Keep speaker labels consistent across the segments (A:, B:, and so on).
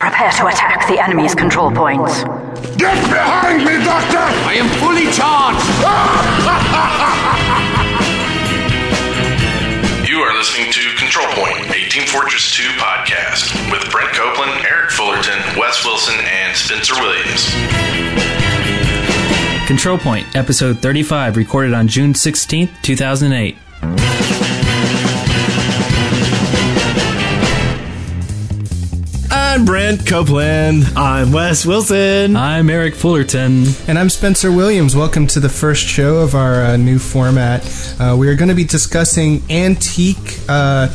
A: Prepare to attack the enemy's control points.
B: Get behind me, Doctor!
C: I am fully charged!
D: You are listening to Control Point, a Team Fortress 2 podcast with Brent Copeland, Eric Fullerton, Wes Wilson, and Spencer Williams.
E: Control Point, episode 35, recorded on June 16th, 2008.
F: I'm Brent Copeland.
G: I'm Wes Wilson.
E: I'm Eric Fullerton.
H: And I'm Spencer Williams. Welcome to the first show of our uh, new format. Uh, we are going to be discussing antique uh,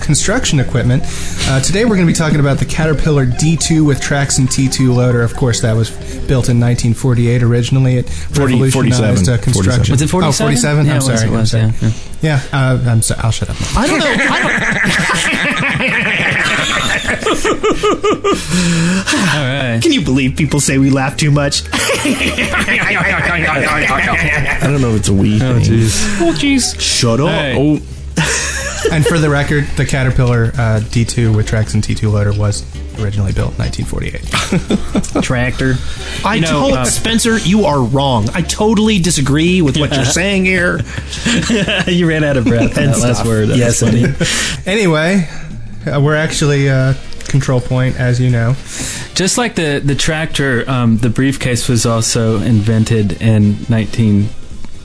H: construction equipment. Uh, today we're going to be talking about the Caterpillar D2 with Traxxon T2 loader. Of course, that was built in 1948 originally. It
F: 40
H: revolutionized uh,
F: 47.
H: construction.
E: Was it 47?
H: Oh, 47?
E: Yeah,
H: I'm
E: it was,
H: sorry.
E: it was,
H: I'm sorry.
E: yeah,
H: Yeah, uh, I'm sorry. I'll shut up.
E: I don't know. I don't.
G: Can you believe people say we laugh too much?
E: Oh,
F: I don't know if it's a wee
E: All right. Oh,
F: thing.
E: jeez. Oh, jeez.
F: Shut up.
E: Hey.
F: Oh,
H: and for the record, the Caterpillar uh, D2 with Traxxon T2 loader was originally built in 1948.
E: Tractor.
G: I
E: You know,
G: told
E: uh,
G: Spencer you are wrong. I totally disagree with what you're saying here.
E: um, you ran out of breath. on
G: And
E: that last
G: stuff.
E: word. That
G: Yes,
E: was funny.
H: anyway, uh, we're actually uh, Control Point, as you know.
E: Just like the the tractor, um, the briefcase was also invented in 19.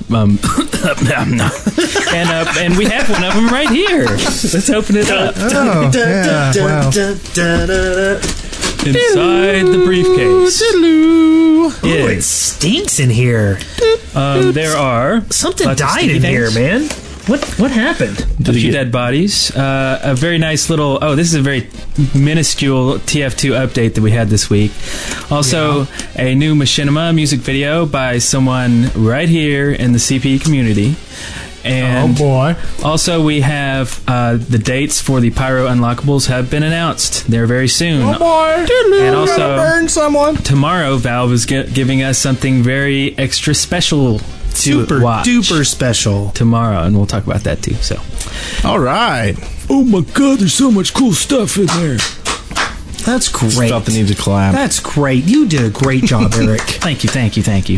E: Um, and uh, and we have one of them right here. Let's open it up.
H: Oh, yeah, wow.
E: Inside the briefcase,
G: Ooh, it stinks in here.
E: um, there are
G: Something
E: lots of
G: died
E: sticky
G: in here,
E: things.
G: man. What what happened?
E: a
F: he
E: few
F: get-
E: dead bodies. Uh, a very nice little. Oh, this is a very minuscule TF2 update that we had this week. Also, a new Machinima music video by someone right here in the CPE community.
H: Oh,
E: And
H: boy.
E: also, we have uh, the dates for the Pyro Unlockables have been announced. They're very soon.
G: Oh,
H: boy.
E: And also-
H: burn someone.
E: Tomorrow, Valve is gi- giving us something very extra special to
G: Super
E: watch
G: duper special.
E: tomorrow, and we'll talk about that too. So,
F: all right.
G: Oh my god, there's so much cool stuff in there. That's great.
F: Stop the need to clap.
G: That's great. You did a great job, Eric.
E: thank you, thank you, thank you.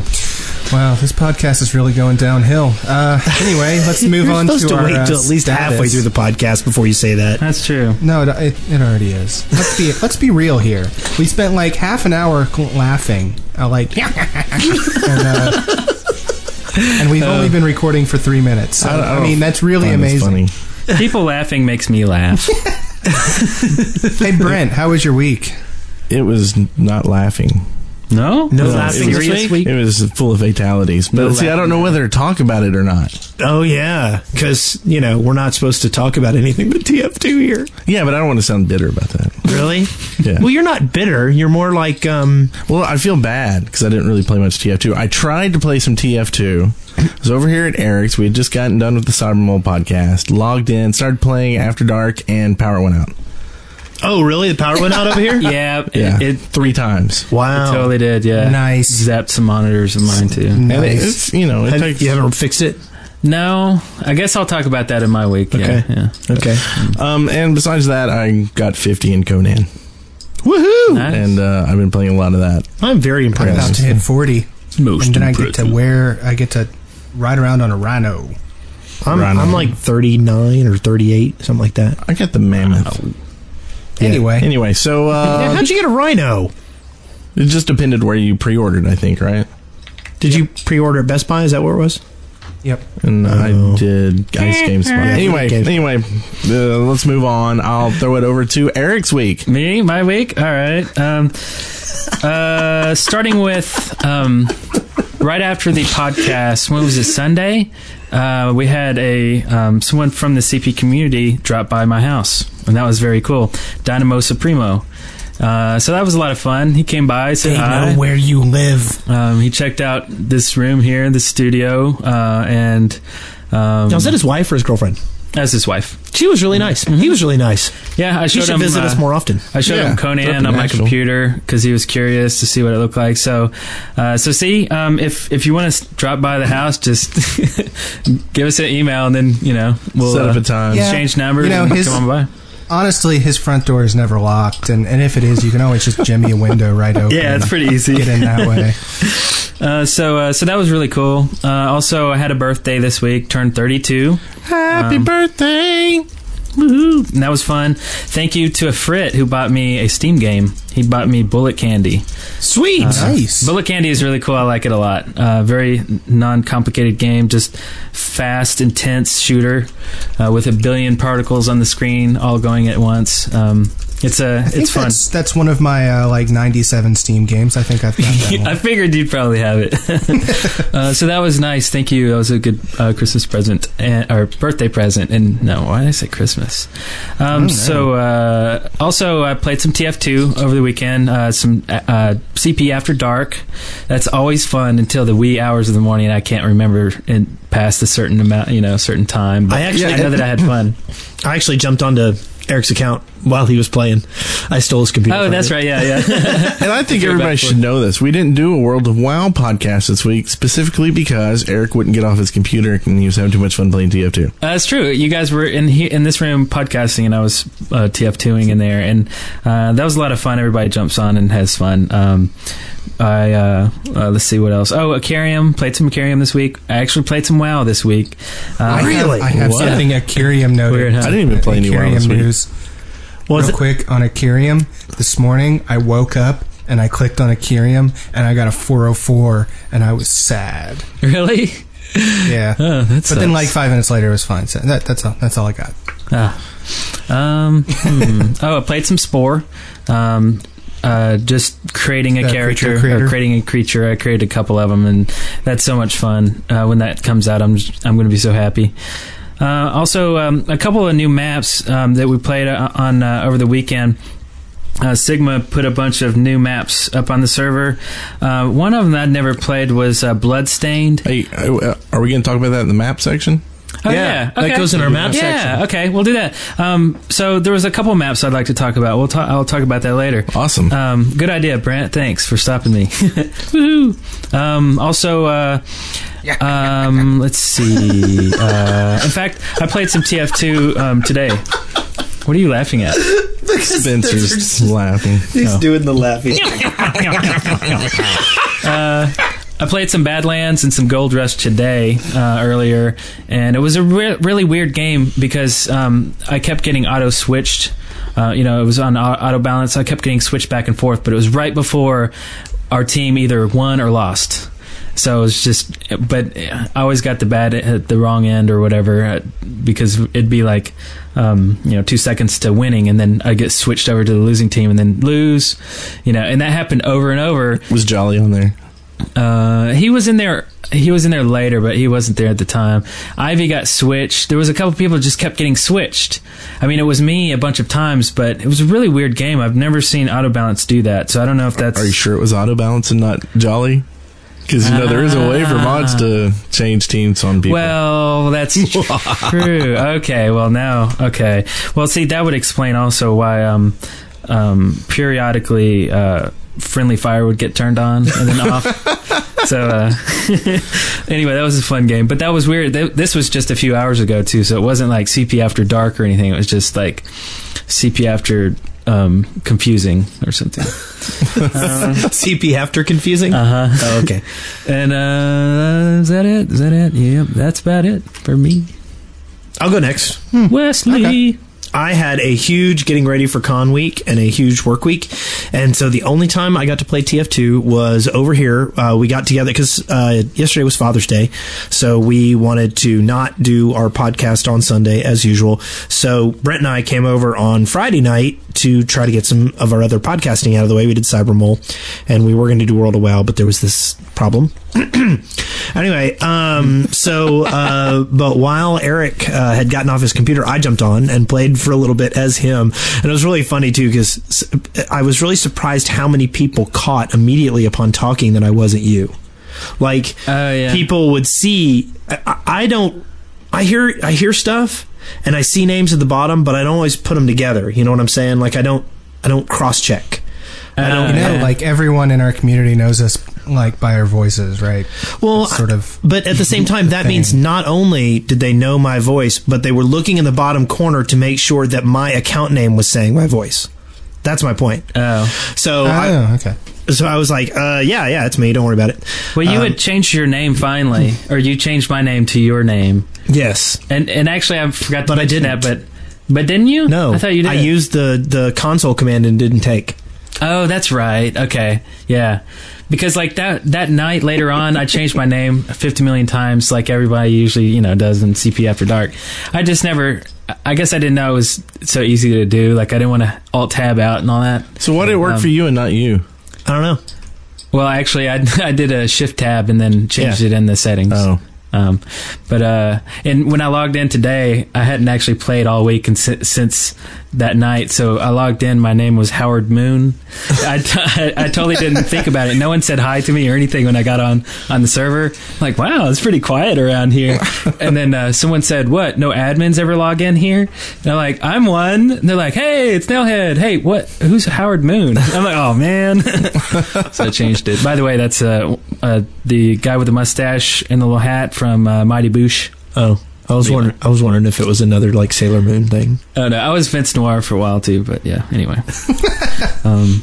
H: Wow, this podcast is really going downhill. Uh, anyway, let's move
G: You're
H: on
G: supposed to,
H: our,
G: wait
H: uh,
G: till at least
H: status.
G: halfway through the podcast before you say that.
E: That's true.
H: No, it, it, it already is. Let's be let's be real here. We spent like half an hour cl- laughing, uh, like, and, uh, and we've only been recording for three minutes. So,
F: I don't- I
H: I,
F: don't
H: mean, that's really
F: Find this
H: amazing.
F: funny.
E: People laughing makes me laugh.
H: Hey, Brent, how was your week?
F: It was n- not laughing.
E: No,
G: No
F: No,
G: laughing
F: it was-
G: this week?
F: It was full of fatalities. But
G: No
F: see, I don't know whether to talk about it or not.
G: Oh yeah, because you know we're not supposed to talk about anything but TF2 here.
F: Yeah, but I don't want to sound bitter about that.
G: Really?
F: Yeah.
G: Well, you're not bitter. You're more like um.
F: Well, I feel bad because I didn't really play much TF2. I tried to play some TF2. I was over here at Eric's. We had just gotten done with the Cybermole podcast. Logged in, started playing After Dark, and power went out.
G: Oh, really? The power went out over here.
E: Yeah, it,
F: Yeah,
E: it
F: three times.
G: Wow.
E: totally did. Yeah,
H: Nice.
E: Zapped some monitors of mine too.
F: And it-
H: Nice.
F: it's you know it
G: Have-
F: takes,
G: you haven't fixed it.
E: No, I guess I'll talk about that in my week.
G: Okay.
E: Yeah, yeah.
G: Okay.
F: um and besides that I got 50 in Conan
G: Woohoo!
E: Nice.
F: and uh, I've been playing a lot of that
G: I'm very
H: About
G: impressed.
H: to hit forty,
E: Most
H: and then I get to wear. I get to ride around on a rhino.
G: I'm,
F: Rhino.
G: I'm like 39 or 38, something like that.
F: I got the mammoth
H: Anyway,
F: anyway so
G: yeah,
F: uh,
G: how'd you get a rhino?
F: it just depended where you pre-ordered I think right
G: Did you pre-order at Best Buy? Is that where it was?
H: yep.
F: and
G: Oh.
F: I did Ice Game Spot anyway
G: Okay.
F: anyway uh, let's move on I'll throw it over to Eric's week
E: Me, my week. All right. Um, uh, starting with um, right after the podcast. When was it? Sunday. Uh, we had a um, someone from the CP community drop by my house, and that was very cool. Dynamo Supremo. Uh, so that was a lot of fun. He came by, said
H: They
E: hi.
H: know where you live.
E: Um, he checked out this room here in the studio, uh, and um,
G: Now, was that his wife or his girlfriend?
E: that's his wife.
G: She was really nice. He was really nice.
E: Yeah, I Mm-hmm.
G: She
E: showed
G: should
E: him.
G: visit
E: uh,
G: us more often.
E: I showed
F: Yeah,
E: him
F: up
E: Conan
F: in
E: on my
F: Nashville.
E: computer because he was curious to see what it looked like. So, uh, so see, um, if if you want to drop by the house, just give us an email and then you know we'll
F: set up
E: uh,
F: a time
H: Yeah.
E: exchange numbers
H: You know,
E: and
H: his-
E: come on by.
H: honestly, his front door is never locked, and, and if it is, you can always just jimmy a window right open.
E: Yeah, it's
H: and
E: pretty easy.
H: Get in that way.
E: Uh, so uh, so that was really cool. Uh, also, I had a birthday this week. Turned 32.
I: Happy
E: Um,
I: birthday!
E: Woohoo! And that was fun. Thank you to a Frit who bought me a Steam game. He bought me Bullet Candy.
H: Sweet,
E: uh,
H: nice.
E: Bullet Candy is really cool. I like it a lot. Uh, very non-complicated game, just fast, intense shooter uh, with a billion particles on the screen, all going at once. Um, it's a
H: I think
E: it's fun.
H: That's, that's one of my uh, like '97 Steam games. I think I've got that one.
E: I figured you'd probably have it. uh, so that was nice. Thank you. That was a good uh, Christmas present and, or birthday present. And no, why did I say Christmas? Um,
G: Oh,
E: so uh, also, I played some TF2 over the weekend. Uh, some uh, uh, CP After Dark. That's always fun until the wee hours of the morning. I can't remember and past a certain amount, you know, certain time. But
G: I actually-
E: I know that I had fun.
G: I actually jumped onto Eric's account while he was playing. I stole his computer.
E: oh,
G: from
E: that's
G: him.
E: right. Yeah, yeah.
I: And I think
E: Go
I: everybody
E: back for
I: should know this. We didn't do a World of WoW podcast this week specifically because Eric wouldn't get off his computer and he was having too much fun playing TF2.
E: Uh, it's true. You guys were in he- in this room podcasting, and I was uh, TF2ing in there, and uh, that was a lot of fun. Everybody jumps on and has fun. Um, I uh, uh, let's see what else. Oh, Acarium played some Acarium this week. I actually played some WoW this week. Uh,
G: Really?
H: I have
I: What?
H: something Acurium noted.
E: Weird, huh?
I: I didn't even play any WoW this
H: Acurium
I: week.
H: news.
G: Was
H: Real
G: it-
H: quick on Acurium. This morning, I woke up and I clicked on Acurium and I got a 404 and I was sad.
E: really?
H: Yeah.
E: Oh, that
H: but
E: sucks.
H: then, like five minutes later, it was fine. So that, that's all. That's all I got.
E: Ah. Um, hmm. Oh, I played some Spore. Um, uh, just creating a
H: Uh,
E: character
H: creature creator.
E: or creating a creature. I created a couple of them, and that's so much fun. Uh, when that comes out, I'm just, I'm going to be so happy. Uh, also, um, a couple of new maps um, that we played uh, on uh, over the weekend. Uh, Sigma put a bunch of new maps up on the server. Uh, one of them that I'd never played was uh, Bloodstained.
I: Hey, uh, are we going to talk about that in the map section?
E: Oh,
G: Yeah,
E: yeah,
G: that goes in our map
E: yeah,
G: section.
E: okay, we'll do that. Um, so there was a couple maps I'd like to talk about. We'll ta- I'll talk about that later.
I: Awesome.
E: Um, good idea, Brent. Thanks for stopping me. Woohoo! Um, also, uh, um, let's see. Uh, in fact, I played some TF2 um, today. What are you laughing at?
I: Spencer's laughing.
G: He's
H: Oh.
G: doing the laughing.
E: I played some Badlands and some Gold Rush today uh, earlier, and it was a re- really weird game because um, I kept getting auto switched. Uh, you know, it was on au- auto balance. I kept getting switched back and forth, but it was right before our team either won or lost. So it was just, but I always got the bad at the wrong end or whatever uh, because it'd be like, um, you know, two seconds to winning, and then I get switched over to the losing team and then lose, you know, and that happened over and over.
I: Was Jolly on there?
E: Uh, he was in there. He was in there later, but he wasn't there at the time. Ivy got switched. There was a couple people just kept getting switched. I mean, it was me a bunch of times, but it was a really weird game. I've never seen Auto Balance do that, so I don't know if that's.
I: Are you sure it was auto balance and not Jolly? Because you know there is a way for mods to change teams on people.
E: Well, that's true. Okay. Well, now, okay. Well, see, that would explain also why um, um, periodically uh, friendly fire would get turned on and then off. So uh, anyway, that was a fun game, but that was weird. Th- This was just a few hours ago too, so it wasn't like CP after dark or anything. It was just like CP after um, confusing or something.
G: CP after confusing.
E: Uh huh.
G: Oh, okay.
E: And uh, is that it? Is that it? Yep, that's about it for me.
G: I'll go next.
E: Wesley.
G: I had a huge getting ready for con week and a huge work week, and so the only time I got to play TF2 was over here. Uh, we got together because uh, yesterday was Father's Day, so we wanted to not do our podcast on Sunday as usual. So Brent and I came over on Friday night to try to get some of our other podcasting out of the way. We did Cybermole, and we were going to do World of WoW, but there was this problem. anyway, um, so uh, but while Eric uh, had gotten off his computer, I jumped on and played for a little bit as him, and it was really funny too because I was really surprised how many people caught immediately upon talking that I wasn't you. Like
E: Oh, yeah.
G: people would see. I, I don't. I hear. I hear stuff, and I see names at the bottom, but I don't always put them together. You know what I'm saying? Like I don't. I don't cross check. I don't.
H: You know, like everyone in our community knows us like by our voices, right?
G: Well,
H: It's sort of.
G: But at the same time, that
H: thing.
G: means not only did they know my voice, but they were looking in the bottom corner to make sure that my account name was saying my voice. That's my point.
E: Oh.
G: So,
H: Oh, okay.
G: I, so I was like, uh, yeah, yeah, it's me. Don't worry about it.
E: Well, you
G: Um,
E: had changed your name finally, or you changed my name to your name,
G: Yes.
E: and and actually I forgot to
G: But I
E: mention
G: didn't.
E: that, but but didn't you?
G: No.
E: I thought you did.
G: I used the the console command and didn't take.
E: Oh, that's right. Okay, yeah, because like that that night later on, I changed my name fifty million times, like everybody usually you know does in CP After Dark. I just never. I guess I didn't know it was so easy to do. Like I didn't want to alt tab out and all that.
I: So why did it work
E: Um,
I: for you and not you?
G: I don't know.
E: Well, actually, I, I did a shift tab and then changed
I: Yeah.
E: it in the settings.
I: Oh.
E: Um, but uh, and when I logged in today, I hadn't actually played all week and si- since that night. So I logged in. My name was Howard Moon. I, t- I I totally didn't think about it. No one said hi to me or anything when I got on on the server. like, wow, it's pretty quiet around here. And then uh, someone said, "What? No admins ever log in here?" And I'm like, "I'm one." And they're like, "Hey, it's Nailhead. Hey, what? Who's Howard Moon?" I'm like, "Oh man." so I changed it. By the way, that's uh, uh, the guy with the mustache and the little hat from uh, Mighty Boosh.
G: Oh, I was
E: Levi.
G: wondering. I was wondering if it was another like Sailor Moon thing.
E: Oh no, I was Vince Noir for a while too, but yeah. Anyway, um,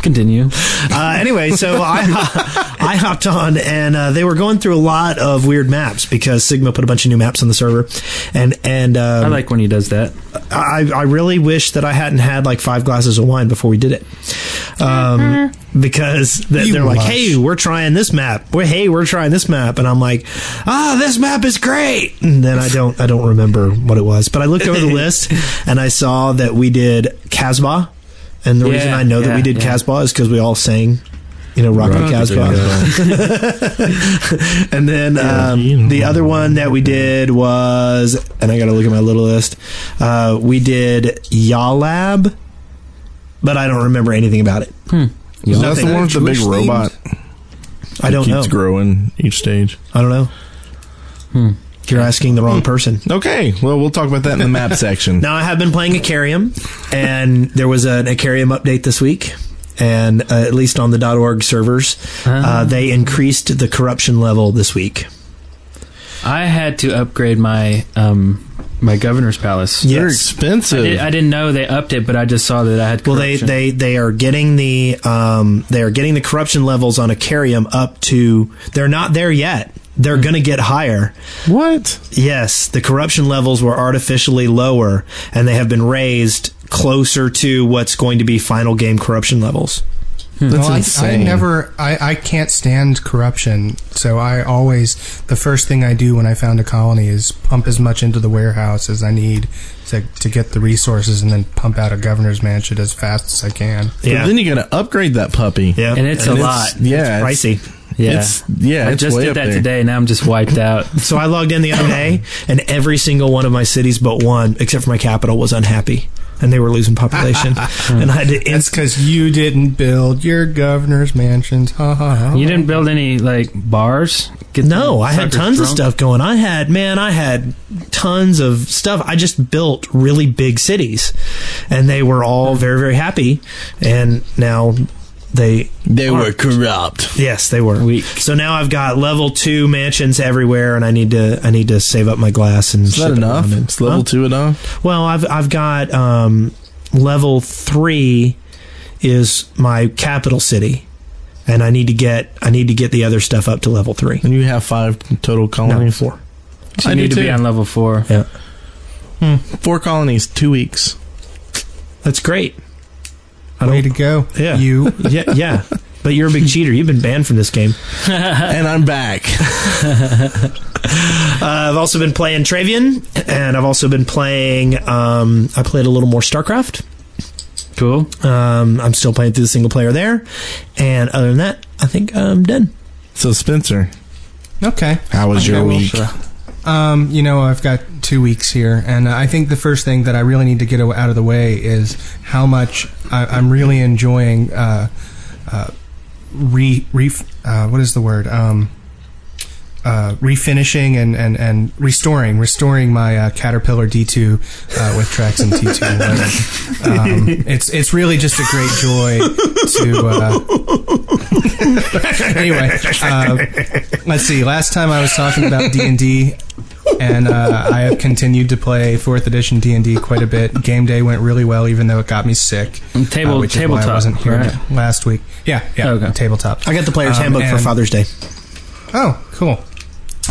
E: continue.
G: Uh, anyway, so I I hopped on and uh, they were going through a lot of weird maps because Sigma put a bunch of new maps on the server, and and um,
E: I like when he does that.
G: I, I really wish that I hadn't had like five glasses of wine before we did it. Um, because th-
H: You
G: they're like,
H: lush.
G: hey, we're trying this map. Well, hey, we're trying this map. And I'm like, ah, this map is great. And then I don't, I don't remember what it was, but I looked over the list and I saw that we did Casbah. And the
E: Yeah,
G: reason I know that
E: yeah,
G: we did
E: yeah.
G: Casbah is because we all sang, you know, Rock, the Casbah. And then um, the other one that we did was, and I got to look at my little list. Uh, we did Yalab, but I don't remember anything about it.
I: Is that the one with the big
H: Jewish
I: robot?
G: I
I: that
G: don't know.
I: keeps growing each stage.
G: I don't know. You're asking the wrong person.
I: Okay, well, we'll talk about that in the map section.
G: Now I have been playing Acarium, and there was an Acarium update this week. And uh, at least on the .org servers, uh, they increased the corruption level this week.
E: I had to upgrade my um, my governor's palace.
I: They're
G: Yes.
I: expensive.
E: I, did, I didn't know they upped it, but I just saw that I had.
G: Well, they,
E: corruption.
G: they they are getting the um, they are getting the corruption levels on Acarium up to they're not there yet. They're going to get higher.
I: what?
G: Yes, the corruption levels were artificially lower, and they have been raised closer to what's going to be final game corruption levels. Hmm.
I: That's
H: Well, I, I
I: insane.
H: never, I, I can't stand corruption. So I always, the first thing I do when I found a colony is pump as much into the warehouse as I need to, to get the resources and then pump out a governor's mansion as fast as I can.
I: But
G: Yeah,
I: then you got to upgrade that puppy.
G: yeah,
E: and it's a lot.
I: Yeah, it's-
G: pricey.
E: yeah,
I: It's, yeah,
E: I
I: it's
E: just
I: way
E: did
I: up
E: that
I: there.
E: today. Now I'm just wiped out.
G: So I logged in the other day, and every single one of my cities but one, except for my capital, was unhappy, and they were losing population.
I: Hmm.
G: and I had to
H: It's because you didn't build your governor's mansions. Ha ha ha.
E: You didn't build any like bars. Get
G: No,
E: the
G: I had
E: suckers
G: tons of
E: drunk?
G: stuff going. I had, man, I had tons of stuff. I just built really big cities, and they were all very, very happy. And now they,
I: They were corrupt.
G: yes, they were.
E: Weak.
G: So now I've got level two mansions everywhere, and I need to, I need to save up my glass and.
I: Is that
G: ship it
I: enough?
G: around and-
I: It's level
G: Huh?
I: two enough.
G: Well, I've I've got um, level three is my capital city, and I need to get I need to get the other stuff up to level three.
I: And you have five total
G: No,
I: colonies.
G: four.
E: You
I: I do
E: need to be
I: too.
E: on level four.
G: Yeah,
I: Four colonies, two weeks.
G: that's great. I
H: Way to go.
G: Yeah.
H: You.
G: yeah, yeah. But you're a big cheater. You've been banned from this game.
I: and I'm back.
G: Uh, I've also been playing Travian, and I've also been playing. Um, I played a little more StarCraft.
E: Cool.
G: Um, I'm still playing through the single player there, and other than that, I think I'm done.
I: So Spencer,
H: Okay.
I: how was your week?
H: Um, you know, I've got two weeks here, and I think the first thing that I really need to get out of the way is how much I, I'm really enjoying uh, uh, re, re uh, what is the word? Um, uh, refinishing and, and, and restoring, restoring my uh, Caterpillar D2 uh, with Trax and T2. and whatever. Um, it's it's really just a great joy to. Uh, anyway, uh, let's see. Last time I was talking about D and D, and uh, I have continued to play Fourth Edition D and D quite a bit. Game day went really well, even though it got me sick. uh,
E: table-
H: which is why
E: tabletop,
H: I wasn't here
E: right?
H: last week. Yeah, yeah.
E: Okay.
H: Tabletop.
G: I got the player's
H: Um,
G: handbook for
H: and-
G: Father's Day.
H: Oh, cool.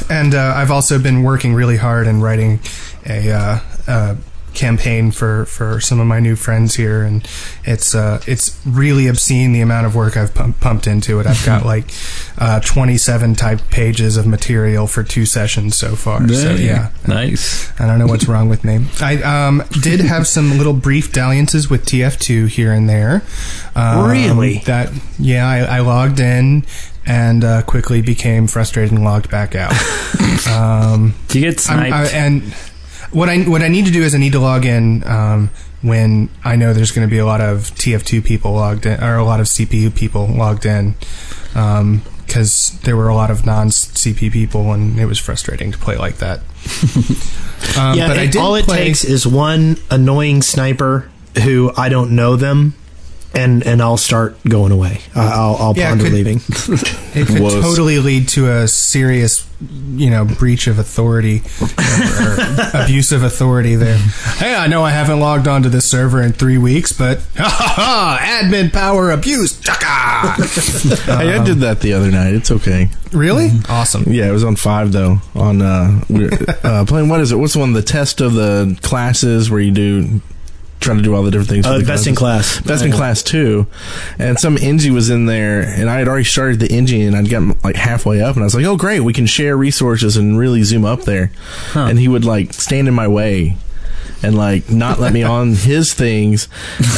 H: And uh, I've also been working really hard and writing a uh, uh, campaign for, for some of my new friends here, and it's uh, it's really obscene the amount of work I've pump- pumped into it. I've got like uh, twenty seven type pages of material for two sessions so far. So
J: Dang.
H: yeah,
J: Nice.
H: I don't know what's wrong with me. I um, did have some little brief dalliances with TF2 here and there. Um,
G: Really?
H: That yeah, I, I logged in and uh, quickly became frustrated and logged back out. um,
E: Do you get
H: I'm-
E: sniped?
H: I, and what I what I need to do is I need to log in um, when I know there's going to be a lot of TF2 people logged in or a lot of CPU people logged in. Um 'cause because there were a lot of non CP people, and it was frustrating to play like that. um,
G: yeah,
H: I
G: it-
H: did
G: all it
H: play-
G: takes is one annoying sniper who I don't know them, and and I'll start going away. I I'll, I'll
H: Yeah,
G: ponder
H: could-
G: leaving.
H: It could
J: Was.
H: totally lead to a serious, you know, breach of authority or, or abuse of authority there. Hey, I know I haven't logged onto this server in three weeks, but ha ha ha! Admin power abuse. Chaka!
I: I, I did that the other night. It's okay.
H: really? Awesome.
I: Yeah, it was on five though. On uh, we're, uh playing what is it? What's the one? The test of the classes where you do try to do all the different things. for
G: Uh,
I: the
G: best in
I: classes.
G: class.
I: Best in class two, and some Engie was in there, and I had already started the Engie, and I'd gotten like halfway up, and I was like, "Oh, great, we can share resources and really zoom up there." And he would like stand in my way, and like not let me on his things,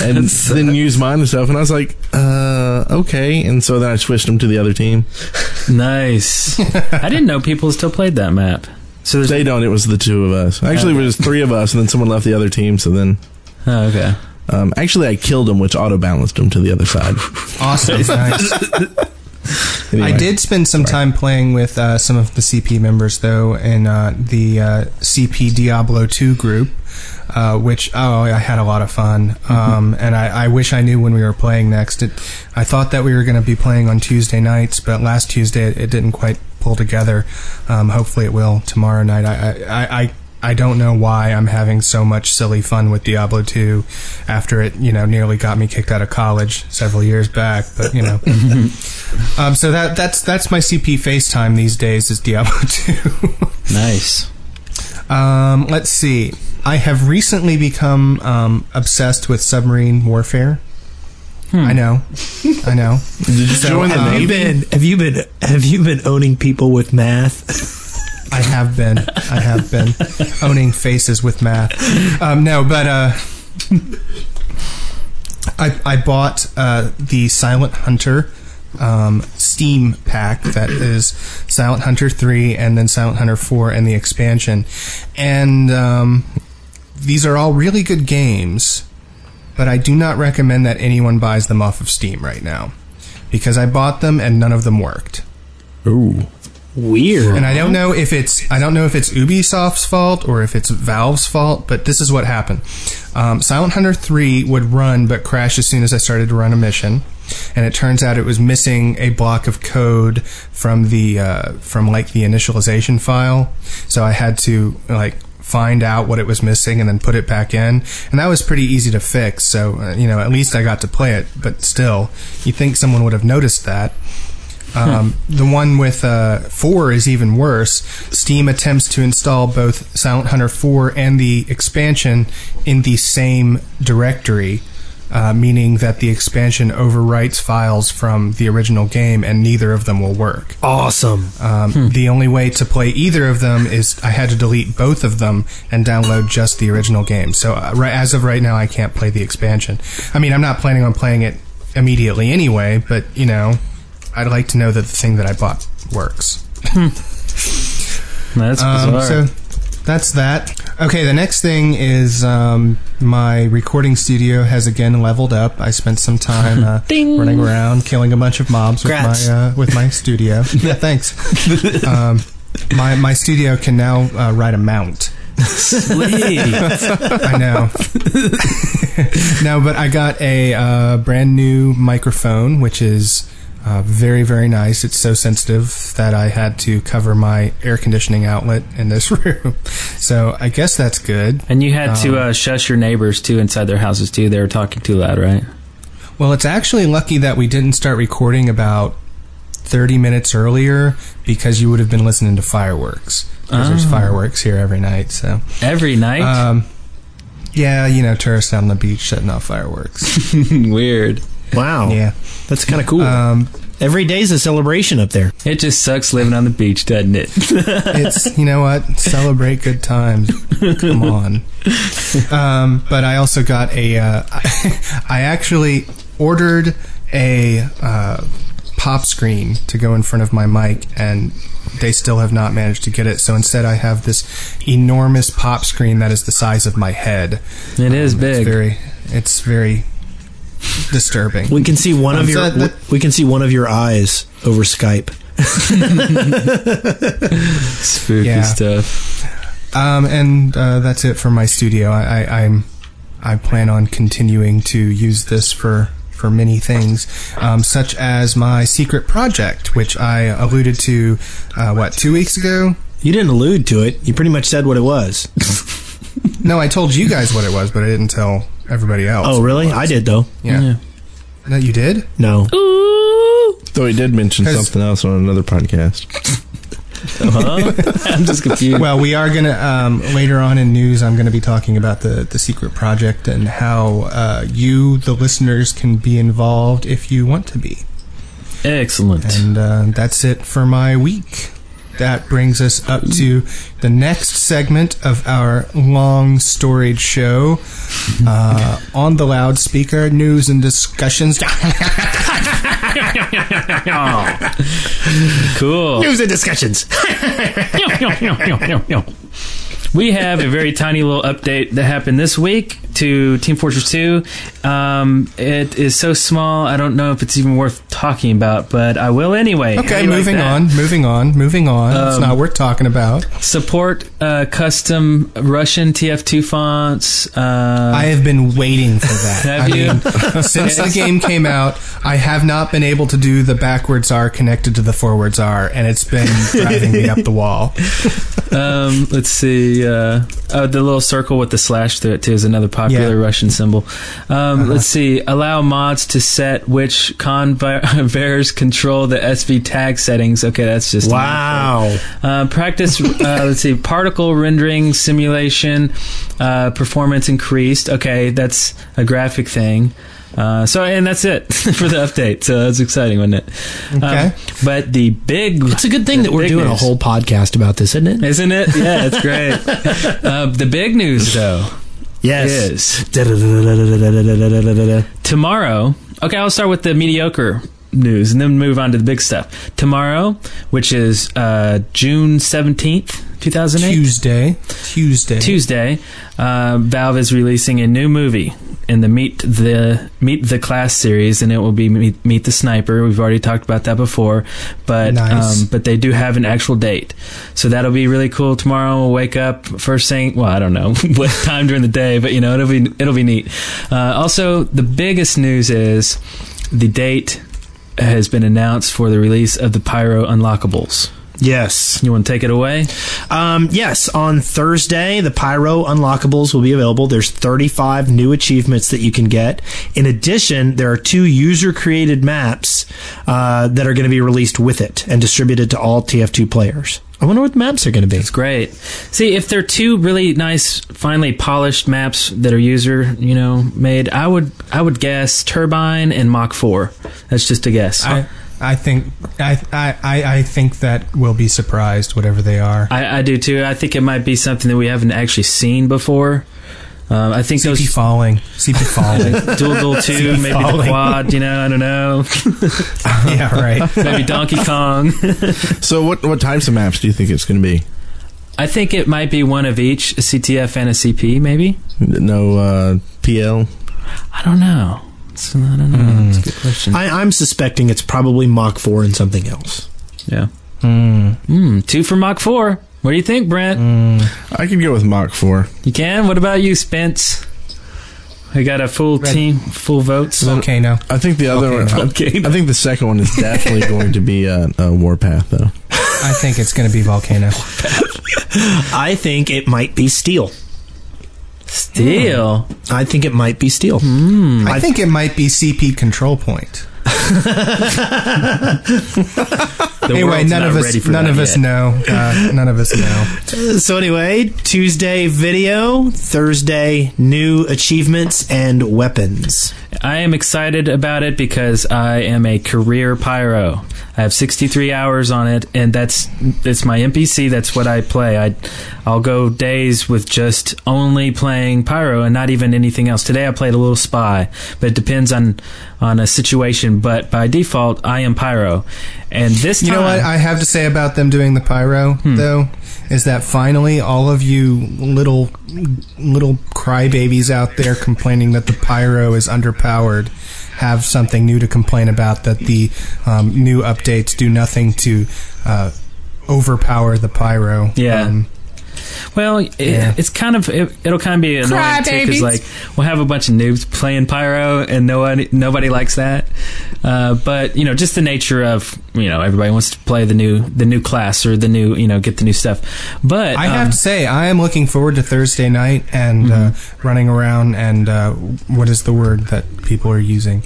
I: and then use mine and stuff. And I was like, "Uh, okay." And so then I switched him to the other team.
E: nice. I didn't know people still played that map. So there's.
I: They don't. It was the two of us. Actually, it was three of us, and then someone left the other team. So then,
E: oh, okay.
I: um, actually, I killed him, which auto balanced him to the other side.
H: Awesome. Nice.
I: Anyway.
H: I did spend some time playing with uh, some of the CP members, though, in uh, the uh, CP Diablo 2 group, uh, which, oh, I had a lot of fun. Um, and I, I wish I knew when we were playing next. It, I thought that we were going to be playing on Tuesday nights, but last Tuesday it, it didn't quite pull together. Um, hopefully it will tomorrow night. I, I, I- I I don't know why I'm having so much silly fun with Diablo 2 after it, you know, nearly got me kicked out of college several years back, but you know. um, so that that's that's my CP FaceTime these days is Diablo 2.
E: Nice.
H: um, let's see. I have recently become um, obsessed with submarine warfare. I know. I know.
I: Did you join the
H: um,
G: Have you
I: Navy?
G: been? Have you been? Have you been owning people with math?
H: I have been. I have been owning faces with math. Um, no, but uh, I I bought uh, the Silent Hunter um, Steam pack that is Silent Hunter three and then Silent Hunter four and the expansion, and um, these are all really good games, but I do not recommend that anyone buys them off of Steam right now because I bought them and none of them worked.
G: Weird.
H: And I don't know if it's I don't know if it's Ubisoft's fault or if it's Valve's fault, but this is what happened. Um, Silent Hunter 3 would run but crash as soon as I started to run a mission, and it turns out it was missing a block of code from the uh, from like the initialization file, so I had to like find out what it was missing and then put it back in and that was pretty easy to fix so uh, you know at least i got to play it but still you think someone would have noticed that um, the one with uh, 4 is even worse. Steam attempts to install both Silent Hunter 4 and the expansion in the same directory, uh, meaning that the expansion overwrites files from the original game and neither of them will work.
G: awesome.
H: Um, The only way to play either of them is I had to delete both of them and download just the original game. So uh, right, as of right now, I can't play the expansion. I mean, I'm not planning on playing it immediately anyway, but you know, I'd like to know that the thing that I bought works.
E: That's bizarre.
H: Um, so that's that. Okay, the next thing is um, my recording studio has again leveled up. I spent some time uh, running around, killing a bunch of mobs with
G: Congrats.
H: my uh, with my studio. yeah, thanks. um, my my studio can now uh, ride a mount. I know. no, but I got a uh, brand new microphone, which is uh, very, very nice. It's so sensitive that I had to cover my air conditioning outlet in this room. So I guess that's good.
E: And you had
H: um,
E: to uh, shush your neighbors too inside their houses too. They were talking too loud, right?
H: Well, it's actually lucky that we didn't start recording about 30 minutes earlier because you would have been listening to fireworks. 'Cause there's fireworks here every night. So,
E: Every night.
H: um, yeah, you know, tourists on the beach setting off fireworks.
E: Weird.
G: Wow.
H: yeah.
G: That's kind of cool.
H: Um,
G: Every day's a celebration up there.
E: It just sucks living on the beach, doesn't it?
H: it's you know what celebrate good times come on um, but i also got a uh, i actually ordered a uh, pop screen to go in front of my mic and they still have not managed to get it so instead i have this enormous pop screen that is the size of my head
E: It is big.
H: it's very it's very disturbing
G: We can see one of
H: Um,
G: your
H: so that-
G: we can see one of your eyes over Skype.
E: Spooky
H: Yeah.
E: stuff.
H: Um, and uh, that's it for my studio. I, I, I'm I plan on continuing to use this for for many things, um, such as my secret project, which I alluded to uh, what two weeks ago.
G: You didn't allude to it. You pretty much said what it was.
H: No, I told you guys what it was, but I didn't tell everybody else.
G: oh, really? I did though.
H: Yeah. No, you did.
G: No.
I: Though he did mention
H: 'Cause-
I: something else on another podcast.
E: Huh? I'm just confused.
H: Well, we are gonna um, later on in news. I'm gonna be talking about the the secret project and how uh, you, the listeners, can be involved if you want to be.
E: Excellent.
H: And uh, that's it for my week. That brings us up to the next segment of our long storied show uh, on the loudspeaker news and discussions.
E: cool.
G: News and discussions.
E: we have a very tiny little update that happened this week to Team Fortress 2. Um, it is so small, I don't know if it's even worth talking about, but I will anyway. How do
H: okay,
E: you like
H: moving
E: that?
H: on, moving on, moving on. it's
E: Um,
H: not worth talking about.
E: Support uh, custom Russian TF2 fonts. Uh,
H: I have been waiting for that.
E: Have
H: I
E: you?
H: mean, since the game came out, I have not been able to do the backwards R connected to the forwards R, and it's been driving me up the wall.
E: um, let's see. Uh, oh, the little circle with the slash through it too is another popular
H: Yeah.
E: Russian symbol. Um,
G: Uh-huh.
E: Let's see. Allow mods to set which con bearers control the SV tag settings. Okay, that's just
G: Wow.
E: Uh, practice. Uh, let's see. Particle rendering simulation uh, performance increased. Okay, that's a graphic thing. Uh, so and that's it for the update. So that's exciting, wasn't it? Um,
H: Okay.
E: but the big
G: It's a good thing
E: the
G: that we're
E: big
G: doing a
E: news-
G: whole podcast about this, isn't it?
E: isn't it? Yeah, it's great. uh, the big news, though, is
G: Yes.
E: tomorrow. Okay, I'll start with the mediocre news and then move on to the big stuff. Tomorrow, which is uh, June 17th, 2008,
H: Tuesday, Tuesday,
E: Tuesday, uh, Valve is releasing a new movie in the Meet the Meet the Class series, and it will be Meet, Meet the Sniper. We've already talked about that before, but
H: Nice.
E: um, but they do have an actual date, so that'll be really cool. Tomorrow we'll wake up first thing. Well, I don't know what time during the day, but you know it'll be it'll be neat. Uh, also, the biggest news is the date has been announced for the release of the Pyro Unlockables.
G: Yes.
E: You want to take it away?
G: Um, yes, on Thursday, the Pyro Unlockables will be available. There's 35 new achievements that you can get. In addition, there are two user created maps uh, that are going to be released with it and distributed to all TF2 players. I wonder what maps are going to be.
E: It's great. See, if they're two really nice, finely polished maps that are user, you know, made, I would I would guess Turbine and Mach Four. That's just a guess. I,
H: I, I think I, I I- I think that we'll be surprised whatever they are.
E: I, do too. I think it might be something that we haven't actually seen before. Um, I think
H: CP
E: those
H: falling, CP falling.
E: dual dual two, maybe the
H: falling.
E: quad. You know, I don't know.
H: yeah, right.
E: Maybe Donkey Kong.
I: So what what types of maps do you think it's going to be?
E: I think it might be one of each, a CTF and a CP. Maybe
I: No uh, PL.
E: I don't know. It's- Hmm. I don't know. That's a good question.
G: I, I'm suspecting it's probably Mach 4 and something else.
E: yeah. Mm, two for Mach 4. What do you think, Brent?
I: I could go with Mach 4.
E: You can? What about you, Spence? We got a full team, full votes.
H: Volcano.
I: I think the other
H: Okay.
I: one. I,
E: Okay.
I: I think the second one is definitely going to be a, a Warpath, though.
H: I think it's going to be Volcano.
G: I think it might be steel.
E: Steel.
G: I think it might be steel.
H: I think it might be CP Control Point.
G: The
H: anyway,
G: world's
H: none
G: not
H: of us,
G: ready for
H: none
G: that
H: of
G: yet.
H: us know. Uh, none of us know.
G: So anyway, Tuesday video, Thursday new achievements and weapons.
E: I am excited about it because I am a career pyro. I have 63 hours on it, and that's it's my NPC. That's what I play. I, I'll go days with just only playing pyro and not even anything else. Today I played a little spy, but it depends on on a situation. But by default, I am pyro, and this time Hmm.
H: You know what I have to say about them doing the pyro though is that finally all of you little little crybabies out there complaining that the pyro is underpowered have something new to complain about that the um, new updates do nothing to uh, overpower the pyro.
E: Yeah.
H: Um,
E: Well, it, it's kind of it, it'll kind of be annoying too because like we'll have a bunch of noobs playing pyro and nobody nobody likes that. Uh, but you know, just the nature of you know everybody wants to play the new the new class or the new you know get the new stuff. But
H: I
E: um,
H: have to say, I am looking forward to Thursday night and
E: Mm-hmm.
H: uh, running around and uh, what is the word that people are using?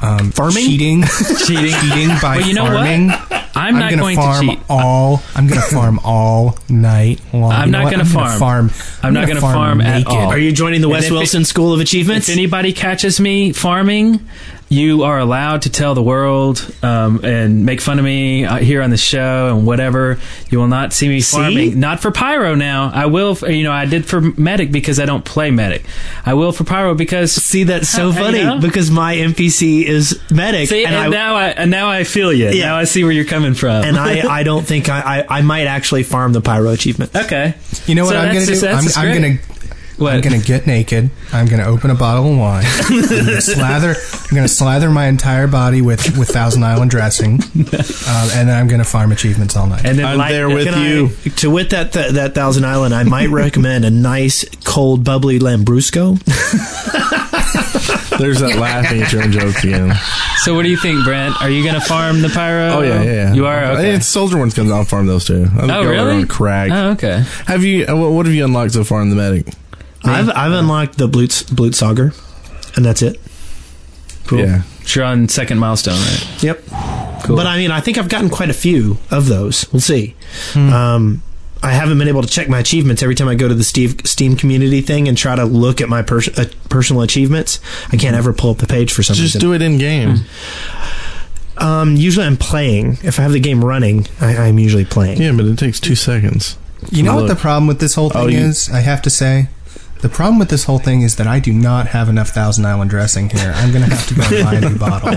H: Um, farming, cheating, cheating, cheating by
E: Well, you know what?
H: farming.
E: I'm not
H: gonna
E: going to
H: farm
E: cheat.
H: all. I'm going to farm all night long.
E: I'm
H: You
E: not
H: know what?
E: gonna
H: I'm gonna
E: farm.
H: farm.
E: I'm not
H: gonna
E: gonna farm at
H: naked.
E: all.
G: Are you joining the
E: And
G: Wes
E: if it-
G: Wilson School of Achievements?
E: If anybody catches me farming, you are allowed to tell the world um, and make fun of me uh, here on the show and whatever. You will not see me farming. Not for pyro now. I will. f- You know, I did for medic because I don't play medic. I will for pyro because
G: See that's so
E: How- how
G: funny
E: you know?
G: because my NPC is medic,
E: see, and,
G: and, I,
E: now I and now I feel you.
G: Yeah.
E: Now I see where you're coming from.
G: and I, I don't think I, I, I might actually farm the pyro achievement.
E: okay,
H: You know what
E: So
H: I'm going
E: that's
H: to
E: just-
H: do?
E: that's
H: I'm,
E: just
H: I'm
E: great.
H: going to.
E: What?
H: I'm gonna get naked. I'm gonna open a bottle of wine. I'm gonna slather. I'm gonna slather my entire body with with Thousand Island dressing, um, and then I'm gonna farm achievements all night.
E: and then
I: I'm
E: like-
I: there with
G: Can I-
I: you.
G: to with that th- that Thousand Island, I might recommend a nice cold bubbly Lambrusco.
I: There's that laugh intern joke again.
E: So what do you think, Brent? Are you going to farm the pyro?
I: Oh yeah, yeah, yeah.
E: You are.
I: I
E: Okay.
I: think it's Soldier one's gonna on farm those two. I think
E: oh
I: y'all are
E: really?
I: on Crack.
E: Oh okay.
I: Have you? uh, What what have you unlocked so far in the medic?
G: I've I've unlocked the Blutz Blutsauger, and that's it.
E: Cool.
I: Yeah.
E: You're on second milestone, right?
G: Yep. But I mean, I think I've gotten quite a few of those. We'll see.
I: Hmm.
G: Um, I haven't been able to check my achievements every time I go to the Steve, Steam community thing and try to look at my pers- uh, personal achievements. I can't ever pull up the page for some
I: Just
G: reason.
I: do it in game.
G: Um, usually I'm playing. If I have the game running, I, I'm usually playing.
I: Yeah, but it takes two seconds.
H: You know what
I: Look.
H: the problem with this whole thing
I: Oh, you-
H: is? I have to say. The problem with this whole thing is that I do not have enough Thousand Island dressing here. I'm going to have to go and buy a new bottle.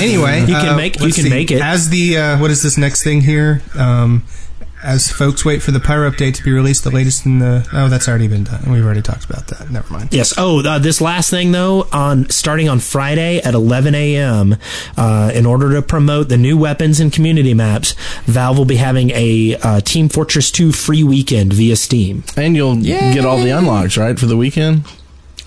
H: anyway,
G: You can
H: uh,
G: make- you
H: let's
G: can
H: see.
G: make it.
H: As the uh, what is this next thing here? Um, as folks wait for the pyro update to be released, the latest in the oh, that's already been done. We've already talked about that. Never mind.
G: Yes. Oh, uh, this last thing though, on starting on Friday at 11 a.m. Uh, in order to promote the new weapons and community maps, Valve will be having a uh, Team Fortress 2 free weekend via Steam.
I: And you'll get all the unlocks right for the weekend.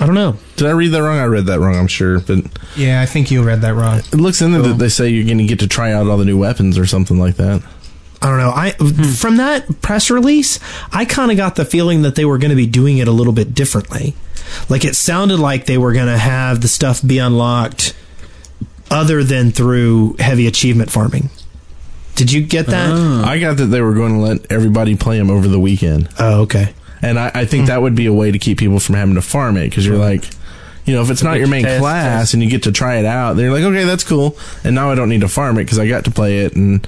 G: I don't know.
I: Did I read that wrong? I read that wrong. I'm sure, but
H: Yeah, I think you read that wrong.
I: it looks in there that they say you're going to get to try out all the new weapons or something like that.
G: I don't know. I from that press release, I kind of got the feeling that they were going to be doing it a little bit differently. Like it sounded like they were going to have the stuff be unlocked other than through heavy achievement farming. Did you get that?
I: I got that they were going to let everybody play them over the weekend,
G: Oh, okay.
I: and I, I think that would be a way to keep people from having to farm it because you're like, you know, if it's not your main
E: Test,
I: class
E: test.
I: and you get to try it out, they're like, okay, that's cool, and now I don't need to farm it because I got to play it, and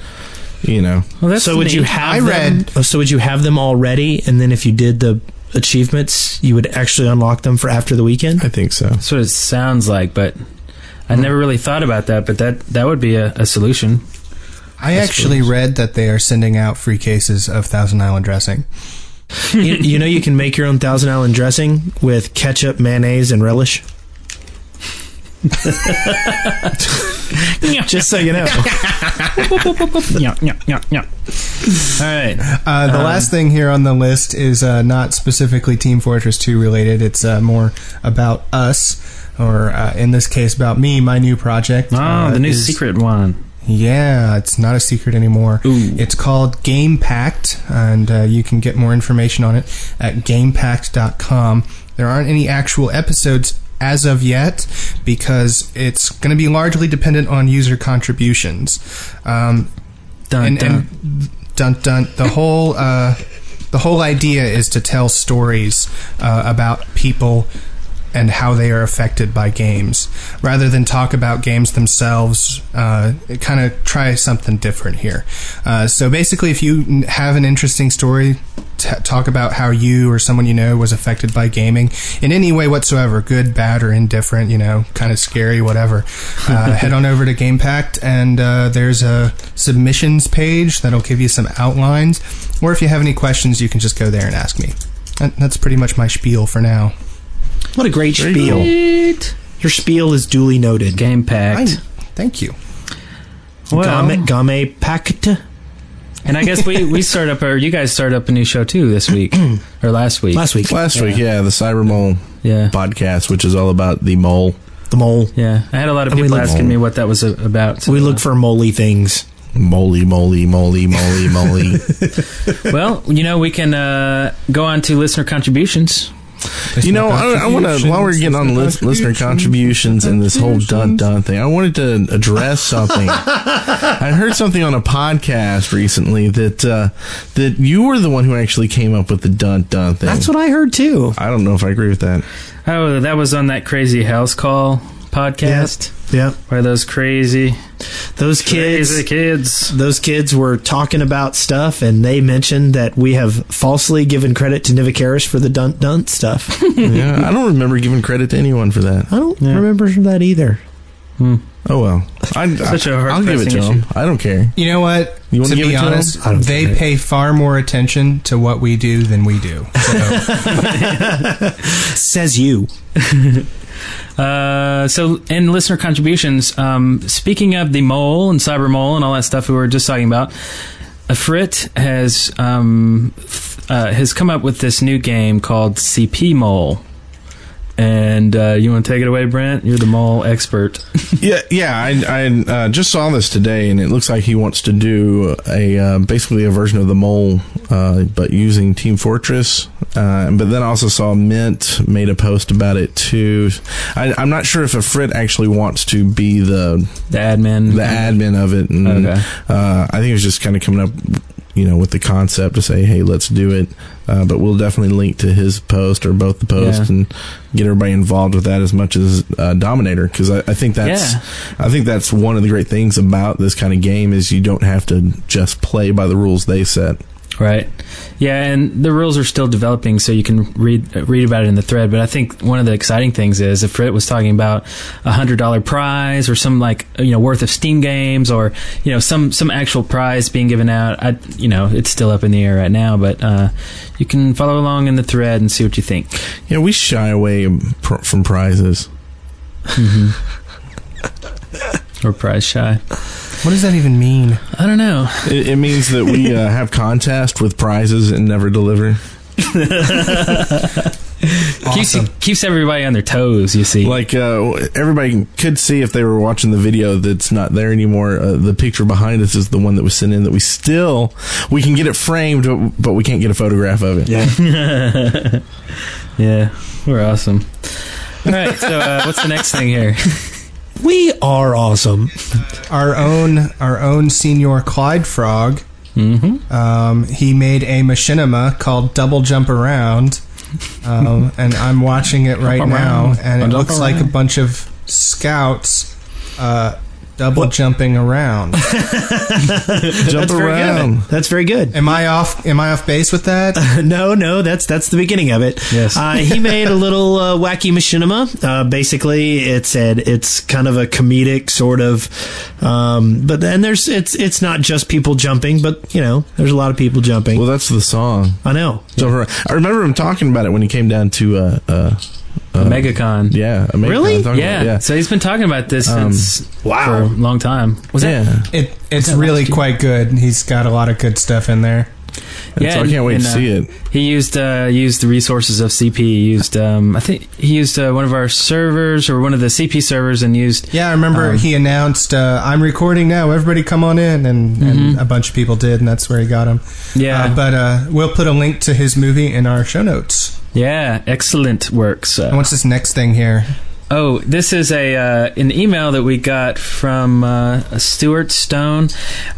I: you know,
E: Well, that's
G: so would you
E: neat.
G: have
H: I
G: them,
H: read-
G: oh, so would you have them already and then if you did the achievements you would actually unlock them for after the weekend
I: I think so.
E: That's what it sounds like, but I never really thought about that. But that that would be a, a solution.
H: I actually read that they are sending out free cases of Thousand Island dressing.
G: you, you know you can make your own thousand island dressing with ketchup mayonnaise and relish Just so you know.
E: yeah, yeah, yeah, yeah. All right.
H: Uh, the last thing here on the list is uh, not specifically Team Fortress 2 related. It's uh, more about us, or uh, in this case, about me, my new project.
E: Oh,
H: uh,
E: the new
H: is-
E: secret one.
H: Yeah, it's not a secret anymore.
E: Ooh.
H: It's called Game Pact, and uh, you can get more information on it at gamepact.com. There aren't any actual episodes as of yet because it's going to be largely dependent on user contributions. Um,
E: Dun,
H: and,
E: dun.
H: and dun dun the whole uh, the whole idea is to tell stories uh, about people and how they are affected by games rather than talk about games themselves uh, kind of try something different here uh, so basically if you n- have an interesting story t- talk about how you or someone you know was affected by gaming in any way whatsoever good bad or indifferent you know kind of scary whatever uh, head on over to game pact and uh, there's a submissions page that'll give you some outlines or if you have any questions you can just go there and ask me That- that's pretty much my spiel for now
G: What a great spiel. Your spiel is duly noted.
E: Game
H: I,
E: packed.
H: thank you.
E: Well,
G: Game, game pact.
E: and I guess we we start up or you guys start up a new show too this week or last week.
G: Last week,
I: Last week, yeah, the Cyber Mole
E: Yeah.
I: podcast, which is all about the mole.
G: the mole.
E: Yeah, I had a lot of
G: And we
E: people
G: look-
E: asking me what that was a- about.
G: We look for moly things.
I: Moly, moly, moly, moly, moly.
E: well, you know, we can uh, go on to listener contributions.
I: you know, I, I want to, while we're getting on lis- listener contributions and this whole dun dun thing, I wanted to address something. I heard something on a podcast recently that uh, that you were the one who actually came up with the dun dun thing.
G: That's what I heard too.
I: I don't know if I agree with that.
E: Oh, that was on that crazy house call podcast
G: Yeah,
E: where those crazy
G: those kids.
E: crazy kids.
G: Those kids were talking about stuff, and they mentioned that we have falsely given credit to Nivacaris for the dunt dunt stuff. I
I: yeah, I don't remember giving credit to anyone for that.
G: don't remember that either.
I: Oh well, I,
E: Such a
I: I, I'll give it to
E: heart-pressing
I: them. I don't care.
H: You know what?
I: You wanna
H: to
I: give
H: be
I: it to
H: honest,
I: them? I don't
H: they
I: care.
H: pay far more attention to what we do than we do. So,
G: Says you.
E: Uh, so, in listener contributions, um, speaking of the mole and cyber mole and all that stuff we were just talking about, Afrit has um, th- uh, has come up with this new game called CP Mole. And uh, you want to take it away, Brent? You're the mole expert.
I: Yeah, yeah. I, I uh, just saw this today, and it looks like he wants to do a uh, basically a version of the mole, uh, but using Team Fortress. Uh, but then I also saw Mint made a post about it too. I, I'm not sure if a Frit actually wants to be the
E: The admin.
I: the admin of it, and
E: Okay.
I: uh, I think it was just kind of coming up, you know, with the concept to say, hey, let's do it. Uh, but we'll definitely link to his post or both the posts
E: Yeah.
I: and get everybody involved with that as much as uh, Dominator because I, I think that's
E: Yeah.
I: I think that's one of the great things about this kind of game is you don't have to just play by the rules they set.
E: Right. Yeah, and the rules are still developing, so you can read uh, read about it in the thread. But I think one of the exciting things is if Frit was talking about a hundred dollar prize or some like you know worth of Steam games or you know some some actual prize being given out. I you know it's still up in the air right now, but uh, you can follow along in the thread and see what you think.
I: Yeah, we shy away pr- from prizes.
E: Or prize shy.
H: what does that even mean?
E: I don't know.
I: It, it means that we uh, have contest with prizes and never deliver.
H: Awesome.
E: Keeps keeps everybody on their toes. You see.
I: like uh, everybody could see if they were watching the video that's not there anymore uh, the picture behind us is the one that was sent in that we still we can get it framed but we can't get a photograph of it yeah
E: yeah, we're awesome. All right. So uh, what's the next thing here?
G: We are awesome.
H: Our own, our own senior Clyde Frog. Mm-hmm. Um, he made a machinima called Double Jump Around, um, and I'm watching it right
E: Jump
H: now,
E: around.
H: and it
E: Jump
H: looks like a
E: around.
H: bunch of scouts uh, double jumping around.
I: jump around
G: That's very good.
H: Am I off? Am I off base with that?
G: No, no, that's that's the beginning of it.
E: Yes.
G: uh, he made a little uh, wacky machinima. Uh, basically, it's a, it's kind of a comedic sort of, um, but then there's it's it's not just people jumping, but you know, there's a lot of people jumping.
I: well that's the song
G: I know.
I: jump around. i remember him talking about it when he came down to uh, uh,
E: MegaCon.
I: Yeah, Omega
G: Really?
I: I'm talking
E: Yeah.
I: about- yeah.
E: So he's been talking about this since
G: wow.
E: for a long time. Was that?
I: yeah.
H: It it's really quite good. He's got a lot of good stuff in there.
E: Yeah,
I: so I
E: and-
I: can't wait
E: and,
I: to
E: uh,
I: see it.
E: He used uh, used the resources of CP. He used um, I think he used uh, one of our servers or one of the CP servers and used
H: Yeah, I
E: Um,
H: remember he announced, uh, "I'm recording now. Everybody, come on in," and,
E: Mm-hmm.
H: and a bunch of people did, and that's where he got him.
E: Yeah.
H: uh, but uh, we'll put a link to his movie in our show notes.
E: yeah excellent works.
H: And
E: Uh,
H: what's this next thing here?
E: oh, this is a uh, an email that we got from uh, Stuart Stone.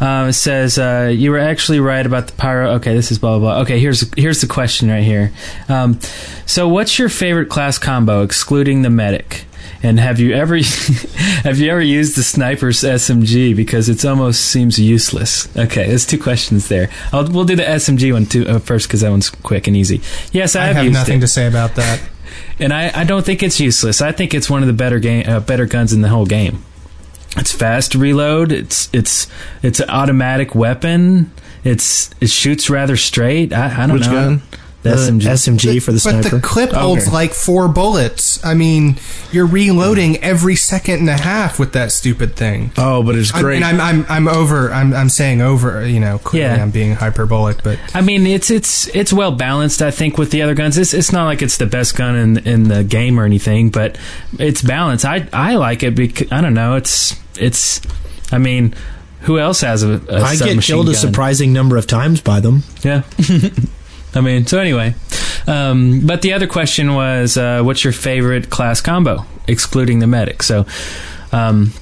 E: Um, it says uh, you were actually right about the pyro. Okay, this is blah blah. blah. Okay, here's here's the question right here. Um, so, what's your favorite class combo excluding the medic? And have you ever have you ever used the sniper's SMG because it almost seems useless? Okay, there's two questions there. I'll, we'll do the SMG one too, uh, first because that one's quick and easy. Yes, I,
H: I have
E: used
H: nothing
E: it.
H: to say about that.
E: and I, I don't think it's useless. I think it's one of the better game, uh, better guns in the whole game. It's fast reload. It's it's it's an automatic weapon. It's it shoots rather straight. I, I don't
I: Which
E: know.
I: gun?
E: The SMG.
G: SMG for the
H: but
G: sniper.
H: the clip holds like four bullets. I mean, you're reloading every second and a half with that stupid thing.
I: Oh, but it's
H: I'm,
I: great.
H: and I'm, I'm I'm over. I'm I'm saying over. You know, clearly
E: Yeah.
H: I'm being hyperbolic, but
E: I mean, it's it's it's well balanced. I think with the other guns, it's it's not like it's the best gun in in the game or anything, but it's balanced. I I like it because I don't know. It's it's. I mean, who else has a, a
G: I get
E: submachine
G: killed a
E: gun?
G: surprising number of times by them.
E: Yeah. I mean, so anyway. Um, but the other question was uh, what's your favorite class combo, excluding the medic? So um,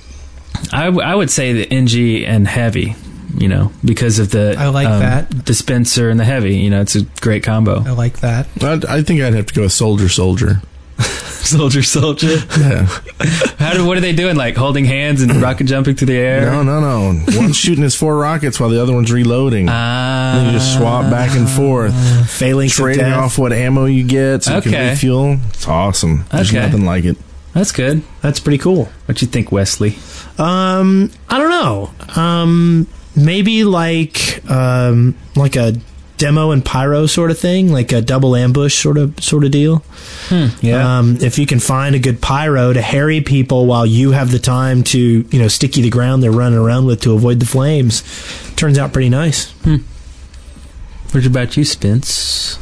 E: I, w- I would say the NG and heavy, you know, because of the
H: I like
E: um,
H: that.
E: dispenser and the heavy. You know, it's a great combo.
H: I like that.
I: I'd, I think I'd have to go with soldier, soldier.
E: soldier, soldier.
I: Yeah.
E: How do, what are they doing? Like holding hands and rocket jumping through the air?
I: No, no, no. One's shooting his four rockets while the other one's reloading.
E: Ah.
I: And you just swap back and forth,
G: Failing to
I: trading
G: death.
I: off what ammo you get so you
E: Okay.
I: can refuel. It's awesome. There's
E: Okay.
I: nothing like it.
E: That's good.
G: That's pretty cool.
E: What you think, Wesley?
G: Um, I don't know. Um, maybe like um, like a demo and pyro sort of thing, like a double ambush sort of sort of deal. Um, if you can find a good pyro to harry people while you have the time to you know sticky the ground they're running around with to avoid the flames, turns out pretty nice.
E: what about you, Spence?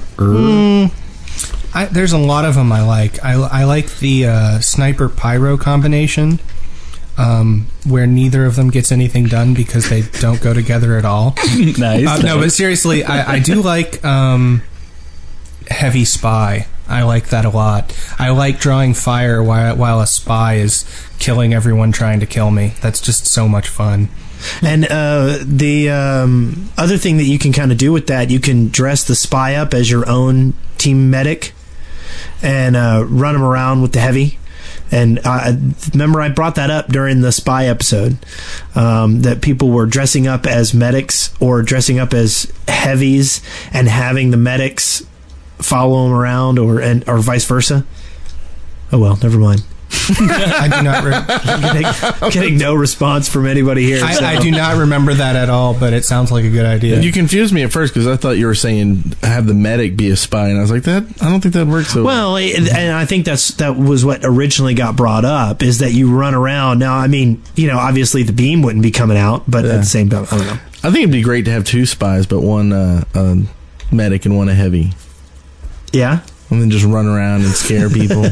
H: I, there's a lot of them I like. I, I like the uh, sniper pyro combination, um, where neither of them gets anything done because they don't go together at all.
E: nice.
H: Uh, no, but seriously, I, I do like um, heavy spy. I like that a lot. I like drawing fire while while a spy is killing everyone trying to kill me. That's just so much fun.
G: And uh, the um, other thing that you can kind of do with that, you can dress the spy up as your own team medic and uh, run him around with the heavy. And I, I- remember, I brought that up during the spy episode um, that people were dressing up as medics or dressing up as heavies and having the medics follow them around, or and or vice versa. Oh well, never mind.
H: I do not. Re-
G: Getting, getting no response from anybody here. so-
H: I, I do not remember that at all. But it sounds like a good idea.
I: You confused me at first because I thought you were saying have the medic be a spy, and I was like, that I don't think that works. So
G: Well, it- and I think that's that was what originally got brought up is that you run around. Now, I mean, you know, obviously the beam wouldn't be coming out, but at the same time, I don't know.
I: I think it'd be great to have two spies, but one uh, a medic and one a heavy,
G: Yeah.
I: and then just run around and scare people.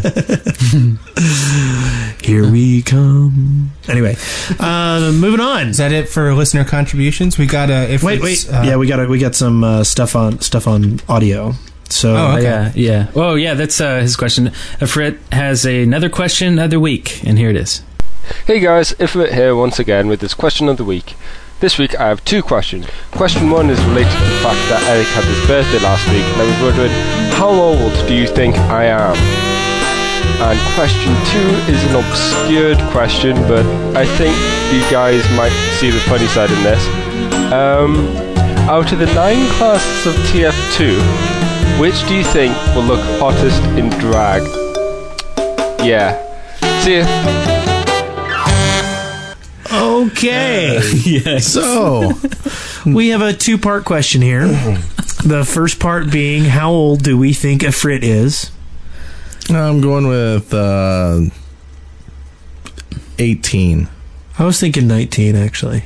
G: Here we come. Anyway, uh, moving on.
H: Is that it for listener contributions? We got a. If
G: Wait,
H: it's,
G: wait.
H: uh,
G: yeah, we got we got some uh, stuff on stuff on audio. So
H: Oh, okay.
E: Yeah, yeah. Oh, yeah, that's uh, his question. Afrit has another question of the week, and here it is.
J: Hey guys, Ifrit here once again with this question of the week. This week I have two questions. Question one is related to the fact that Eric had his birthday last week and I was wondering how old do you think I am? And question two is an obscured question, but I think you guys might see the funny side in this. Um, out of the nine classes of TF2, which do you think will look hottest in drag? Yeah. See ya.
H: Oh,
G: Okay.
I: so
G: we have a two part question here. The first part being, how old do we think Afrit is?
I: I'm going with uh, 18.
G: I was thinking 19, actually.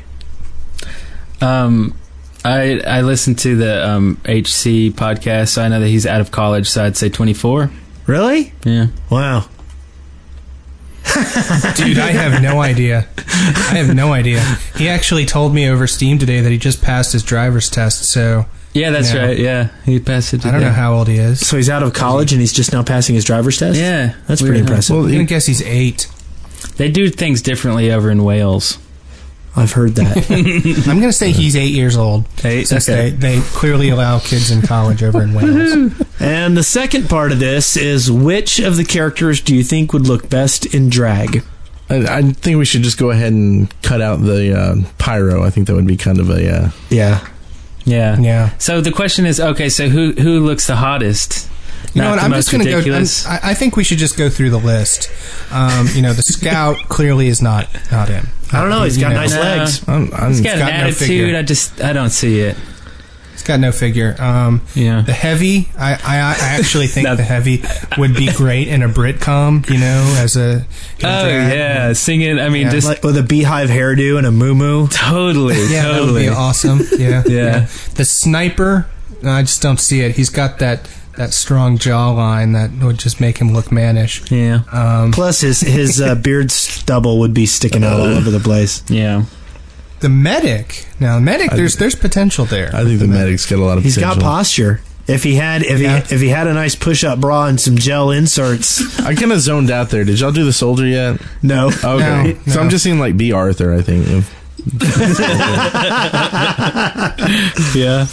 E: Um, I I listened to the um, HC podcast, so I know that he's out of college, so I'd say 24.
G: Really?
E: Yeah.
G: Wow.
H: Dude, I have no idea. I have no idea. He actually told me over Steam today that he just passed his driver's test, so
E: Yeah, that's
H: Yeah.
E: right. Yeah, he passed it. To
H: I don't
E: yeah.
H: know how old he is.
G: So he's out of college and he's just now passing his driver's test?
E: Yeah,
G: That's
E: Weird,
G: pretty
E: huh?
G: impressive.
H: I'm gonna guess he's eight.
E: They do things differently over in Wales.
G: I've heard that.
H: I'm gonna say he's eight years old.
E: Eight,
H: Since
E: Mm-hmm. okay.
H: they, they clearly allow kids in college over in Wales.
G: and the second part of this is which of the characters do you think would look best in drag?
I: I, I think we should just go ahead and cut out the uh, pyro. I think that would be kind of a. Uh,
G: Yeah.
E: Yeah.
H: Yeah.
E: So the question is, okay, so who who looks the hottest?
H: You know
E: Not
H: what?
E: the
H: I'm
E: most
H: just going to go. I'm,
E: ridiculous.
H: I I think we should just go through the list. Um, you know, the scout clearly is not not him.
G: I don't know. He's got
H: You know,
G: nice
E: No.
G: legs.
I: I'm, I'm,
E: He's got,
H: got
E: an
H: no
E: attitude.
H: figure.
E: I just I don't see it.
H: He's got no figure. Um,
E: Yeah.
H: The heavy, I, I, I actually think
E: Now-
H: the heavy would be great in a Britcom. You know, as a in
E: Oh
H: drag.
E: yeah, singing. I mean,
H: Yeah,
E: just
G: Like with a beehive hairdo and a moo moo.
E: totally,
H: yeah, that would
E: totally.
H: be awesome. Yeah,
E: Yeah.
H: The sniper, no, I just don't see it. He's got that that strong jawline that would just make him look mannish.
E: Yeah,
H: Um,
G: Plus, his his uh, beard stubble would be sticking out all over the place.
E: yeah.
H: the medic. Now, medic, there's there's potential there.
I: I think the medic's got a lot of
G: He's
I: potential.
G: got posture. If he had if
H: Yeah.
G: he if he had a nice push up bra and some gel inserts,
I: I kind of zoned out there. Did y'all do the soldier yet?
G: no.
I: Okay.
H: No,
I: So I'm
H: no.
I: just seeing like B. Arthur, I think. If-
G: yeah,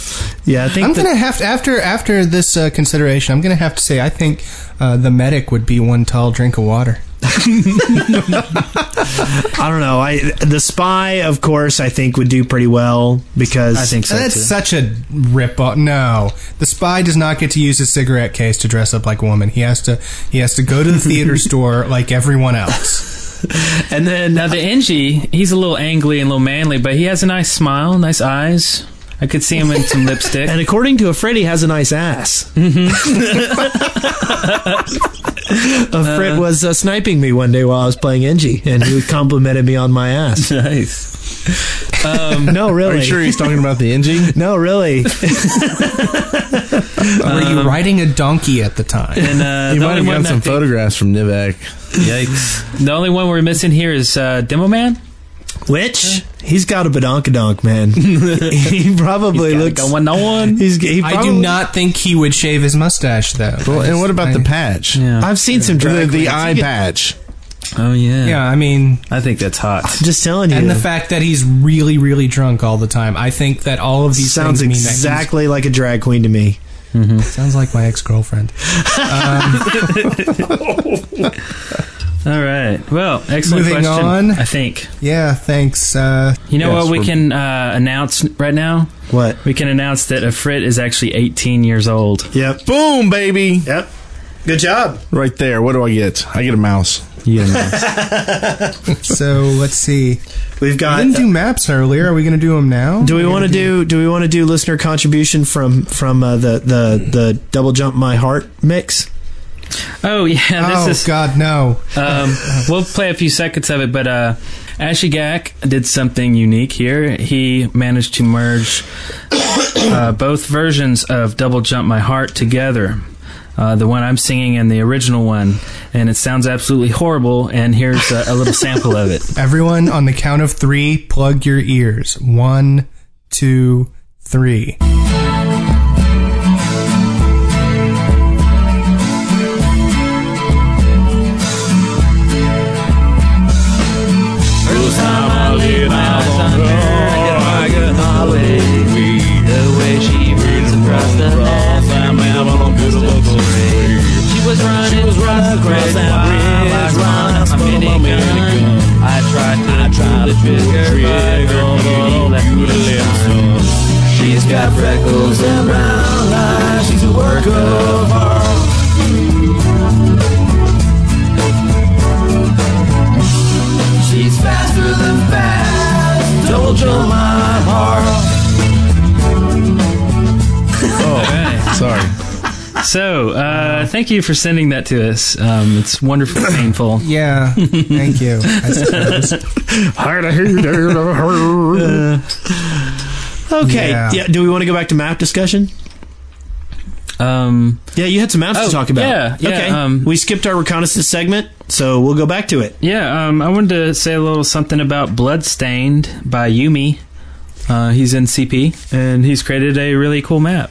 G: yeah. I think
H: I'm
G: that-
H: gonna have to after after this uh, consideration. I'm gonna have to say I think uh, the medic would be one tall drink of water.
G: I don't know. I the spy, of course, I think would do pretty well because
E: I think so
H: That's
E: too.
H: such a rip off. No, the spy does not get to use his cigarette case to dress up like a woman. He has to he has to go to the theater store like everyone else.
E: And then now the NG, he's a little angly and a little manly, but he has a nice smile, nice eyes. I could see him in some lipstick.
G: And according to a Fred, he has a nice ass. a Fred was uh, sniping me one day while I was playing Engie, and he complimented me on my ass.
E: nice.
G: No,
I: Are
G: really.
I: you sure he's talking about the
E: Uh,
I: engine?
G: No, really.
H: Were you riding a donkey at the time?
E: And uh,
I: He
E: the,
I: might
E: only
I: have
E: one
I: got some
E: that-
I: photographs from Nivek. Yikes.
E: the only one we're missing here is uh, Demo Man.
G: Which he's got a badonkadonk, man. he probably
E: Gotta
G: looks.
E: go one on one.
G: He's, he
H: I do
G: probably-
H: not think he would shave his mustache though.
I: Well,
H: I
I: and
H: just-
I: what about
H: I-
I: the patch?
E: Yeah.
G: I've seen some
I: The,
G: drag.
I: the
G: queens.
I: eye patch.
E: Oh yeah.
H: Yeah, I mean,
E: I think that's hot.
G: I'm just telling you.
H: and the fact that he's really, really drunk all the time. I think that all of these
G: sounds
H: things mean that he's-
G: exactly like a drag queen to me.
H: sounds like my ex girlfriend.
E: All right. Well, excellent
H: Moving
E: question.
H: on.
E: I think
H: Yeah, thanks. Uh,
E: you know
I: Yes,
E: what we
I: we're-
E: can uh, announce right now.
G: What?
E: We can announce that a Frit is actually 18 years old.
G: Yep.
I: Boom, baby.
G: Yep. Good job.
I: Right there. What do I get? I get a mouse.
H: so let's see.
G: We've
H: We
G: got.
H: didn't do maps earlier. Are we going to do them now?
G: uh, Do we
H: We're
G: want to
H: gonna
G: do? Do we want to do listener contribution from from uh, the the the double jump my heart mix?
E: Oh yeah. This
H: Oh
E: is
H: God, no!
E: Um, we'll play a few seconds of it, but uh, Ashy Gack did something unique here. He managed to merge uh, both versions of Double Jump My Heart together. Uh, the one I'm singing and the original one, and it sounds absolutely horrible. And here's a, a little sample of it.
H: Everyone, on the count of three, plug your ears. One, two, three.
E: She was running, across that bridge, round up my minigun. I tried to pull the trigger, but her beauty left me stunned. She's got freckles and brown eyes. She's a work of art. She's faster than fast. Double jump my heart.
I: Sorry.
E: So, uh, thank you for sending that to us. Um, it's wonderful, painful.
H: Yeah, thank you. I suppose.
G: Okay. Yeah.
H: Yeah.
G: Do we want to go back to map discussion?
E: Um,
G: Yeah, you had some maps
E: Oh,
G: to talk about.
E: yeah, yeah,
G: okay.
E: um,
G: we skipped our reconnaissance segment, so we'll go back to it.
E: yeah, um, I wanted to say a little something about Bloodstained by Yumi. Uh, he's in CP, and he's created a really cool map.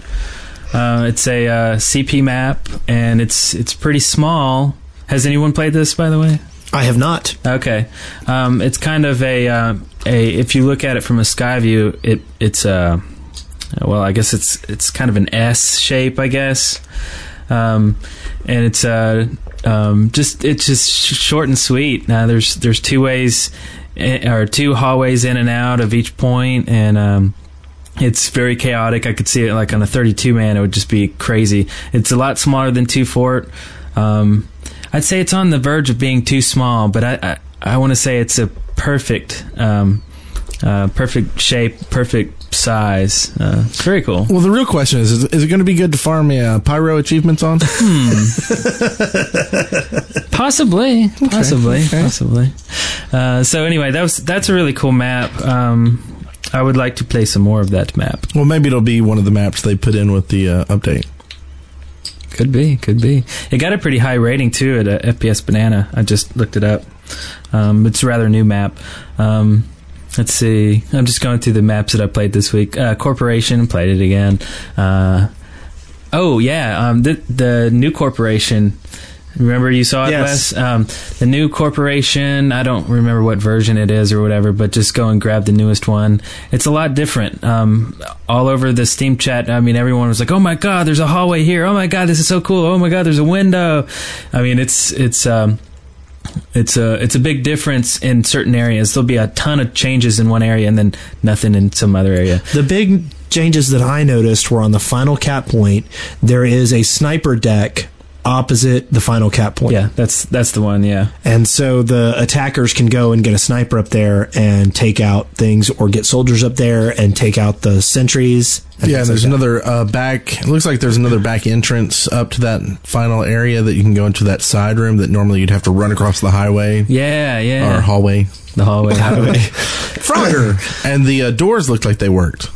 E: Uh, it's a uh, CP map, and it's it's pretty small. Has anyone played this, by the way?
G: I have not.
E: Okay, um, it's kind of a uh, a if you look at it from a sky view, it it's a well, I guess it's it's kind of an S shape, I guess, um, and it's uh, um, just it's just sh- short and sweet. Now there's there's two ways eh, or two hallways in and out of each point, and um, it's very chaotic. I could see it like on a 32 man, it would just be crazy. It's a lot smaller than two fort. Um, I'd say it's on the verge of being too small, but I I, I want to say it's a perfect um, uh, perfect shape, perfect size. Uh, it's very cool.
I: Well, the real question is: Is, is it going to be good to farm uh, pyro achievements on?
E: Possibly, possibly, possibly. Uh, so anyway, that was that's a really cool map. Um, I would like to play some more of that map.
I: well, maybe it'll be one of the maps they put in with the uh, update.
E: Could be, could be. It got a pretty high rating too at uh, FPS Banana. I just looked it up. Um, it's a rather new map. Um, let's see. I'm just going through the maps that I played this week. Uh, Corporation played it again. Uh, oh yeah, um, the the new Corporation. Remember you saw it,
G: Yes.
E: Wes? Um, the new Corporation. I don't remember what version it is or whatever, but just go and grab the newest one. It's a lot different. Um, all over the Steam chat, I mean, everyone was like, "Oh my god, there's a hallway here! Oh my god, this is so cool! Oh my god, there's a window!" I mean, it's it's. Um, it's a it's a big difference in certain areas. There'll be a ton of changes in one area and then nothing in some other area.
G: The big changes that I noticed were on the final cap point. There is a sniper deck opposite the final cap point.
E: Yeah, that's that's the one. Yeah,
G: And so the attackers can go and get a sniper up there and take out things or get soldiers up there and take out the sentries. and
I: Yeah,
G: things
I: and
G: like
I: there's another uh, back. It looks like there's another back entrance up to that final area that you can go into that side room that normally you'd have to run across the highway
E: yeah, yeah.
I: or hallway.
E: the hallway.
I: Frogger. and the uh, doors looked like they worked.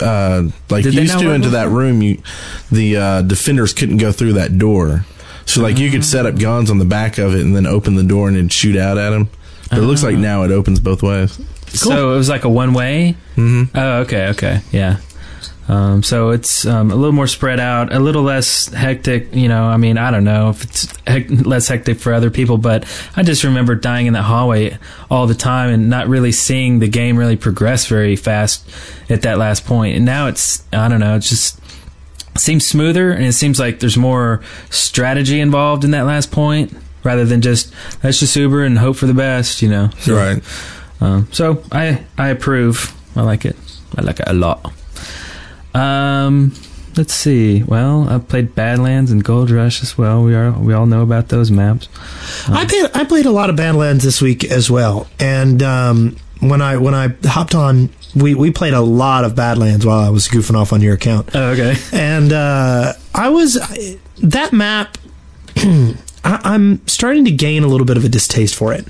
I: Uh, like
E: Did they
I: used
E: not
I: to
E: work
I: into
E: before?
I: that room, you the uh, defenders couldn't go through that door. So like you could set up guns on the back of it and then open the door and it'd shoot out at them. But it looks
E: Ah.
I: like now it opens both ways.
E: So it was like a one way. Mm-hmm. Oh, okay, okay, yeah. Um, so it's um, a little more spread out, a little less hectic. You know, I mean, I don't know if it's hec- less hectic for other people, but I just remember dying in that hallway all the time and not really seeing the game really progress very fast at that last point. And now it's, I don't know, it's just seems smoother and it seems like there's more strategy involved in that last point rather than just let's just Uber and hope for the best. You know, So-
I: Right.
E: um, so I I approve. I like it. I like it a lot. Um, let's see. Well, I played Badlands and Gold Rush as well. We are we all know about those maps.
G: I played I played a lot of Badlands this week as well, and um, when I when I hopped on, we we played a lot of Badlands while I was goofing off on your account,
E: Oh, okay.
G: and uh, I was I- that map. I, I'm starting to gain a little bit of a distaste for it.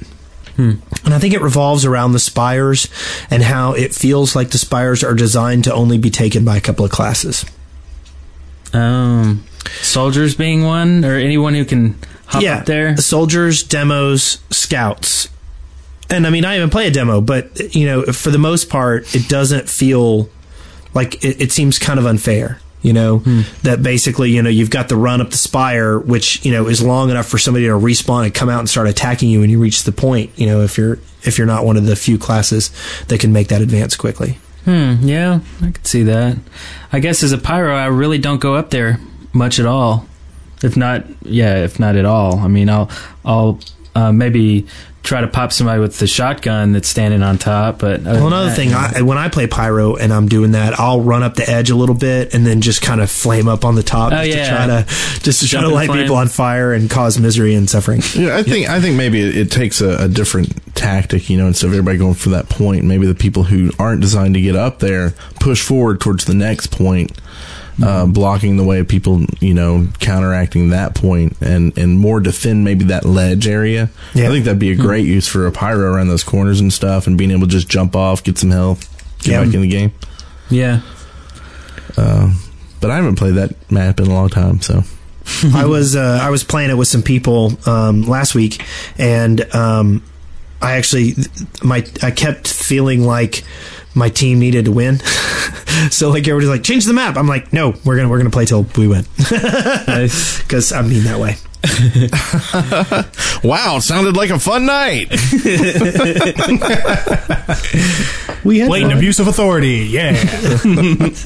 G: And I think it revolves around the spires and how it feels like the spires are designed to only be taken by a couple of classes.
E: Um, soldiers being one, or anyone who can hop up there.
G: Soldiers, demos, scouts. And I mean, I haven't played a demo, but you know, for the most part, it doesn't feel like it, it seems kind of unfair. You know
E: Hmm.
G: that basically, you know, you've got the run up the spire, which you know is long enough for somebody to respawn and come out and start attacking you when you reach the point. You know, if you're if you're not one of the few classes that can make that advance quickly.
E: Hmm. Yeah, I could see that. I guess as a pyro, I really don't go up there much at all. If not, yeah, if not at all. I mean, I'll I'll uh, maybe try to pop somebody with the shotgun that's standing on top. But uh, other
G: Well,
E: than
G: another
E: that,
G: thing, I, when I play pyro and I'm doing that, I'll run up the edge a little bit and then just kind of flame up on the top
E: Oh,
G: just
E: yeah.
G: to try to just to try
E: Jump
G: to
E: in
G: light
E: flame.
G: people on fire and cause misery and suffering.
I: Yeah, I think I think maybe it, it takes a, a different tactic, you know, instead of everybody going for that point, maybe the people who aren't designed to get up there push forward towards the next point uh, blocking the way people, you know, counteracting that point and, and more defend maybe that ledge area.
G: Yeah.
I: I think that'd be a great use for a pyro around those corners and stuff and being able to just jump off, get some health, get
G: Yeah.
I: back in the game.
E: Yeah.
I: But I haven't played that map in a long time, so.
G: I was uh, I was playing it with some people um, last week, and um, I actually my I kept feeling like my team needed to win. so like everybody's like change the map. I'm like no, we're gonna we're gonna play till we win
E: Nice.
G: because I mean that way.
I: Wow, sounded like a fun night.
G: We had
K: Blatant
G: fun.
K: abuse of authority. Yeah.
G: It's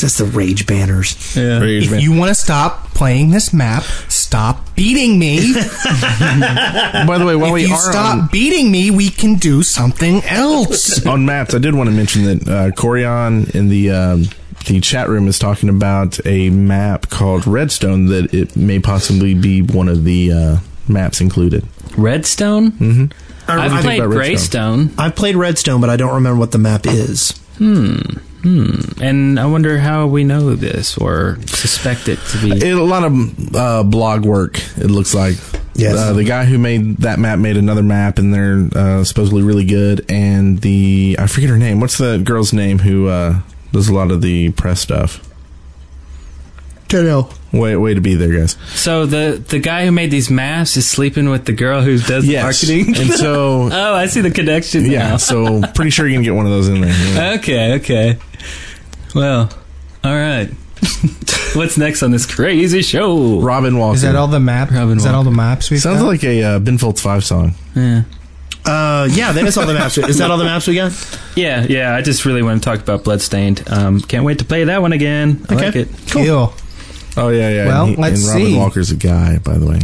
G: just the rage banners.
E: Yeah.
I: Rage,
H: If
I: man.
H: you want to stop playing this map, stop beating me.
I: By the way, while we
H: if you
I: are
H: stop
I: on-
H: beating me, we can do something else.
I: on maps, I did want to mention that uh, Corian in the um, the chat room is talking about a map called Redstone that it may possibly be one of the uh, maps included.
E: Redstone? Mm-hmm.
G: I,
E: I've
G: I,
E: played
I: about
E: Greystone,
G: I've played Redstone, but I don't remember what the map is.
E: and I wonder how we know this or suspect it to be.
I: It, a lot of uh, blog work, it looks like.
G: Yes.
I: Uh, the guy who made that map made another map, and they're uh, supposedly really good. And the I forget her name. What's the girl's name who uh, does a lot of the press stuff?
G: Janelle.
I: Way way to be there, guys.
E: so the the guy who made these maps is sleeping with the girl who does the
I: Yes.
E: marketing.
I: and so
E: oh, I see the connection.
I: yeah, so pretty sure you can get one of those in there. yeah.
E: Now. Okay. Okay. Well. All right. What's next on this crazy show?
I: Robin Walker.
H: Is that all the map?
E: Robin
H: is that all the maps we've
I: Sounds
H: got?
I: like a uh, Ben Folds Five song.
E: Yeah.
G: Uh, yeah, that is all the maps. Is that all the maps we got?
E: Yeah. Yeah. I just really want to talk about Bloodstained. Um, can't wait to play that one again. I like it.
H: Ew.
I: Oh yeah, yeah.
H: Well,
I: and
H: let's
I: and Robin
H: see.
I: Walker's a guy, by the way.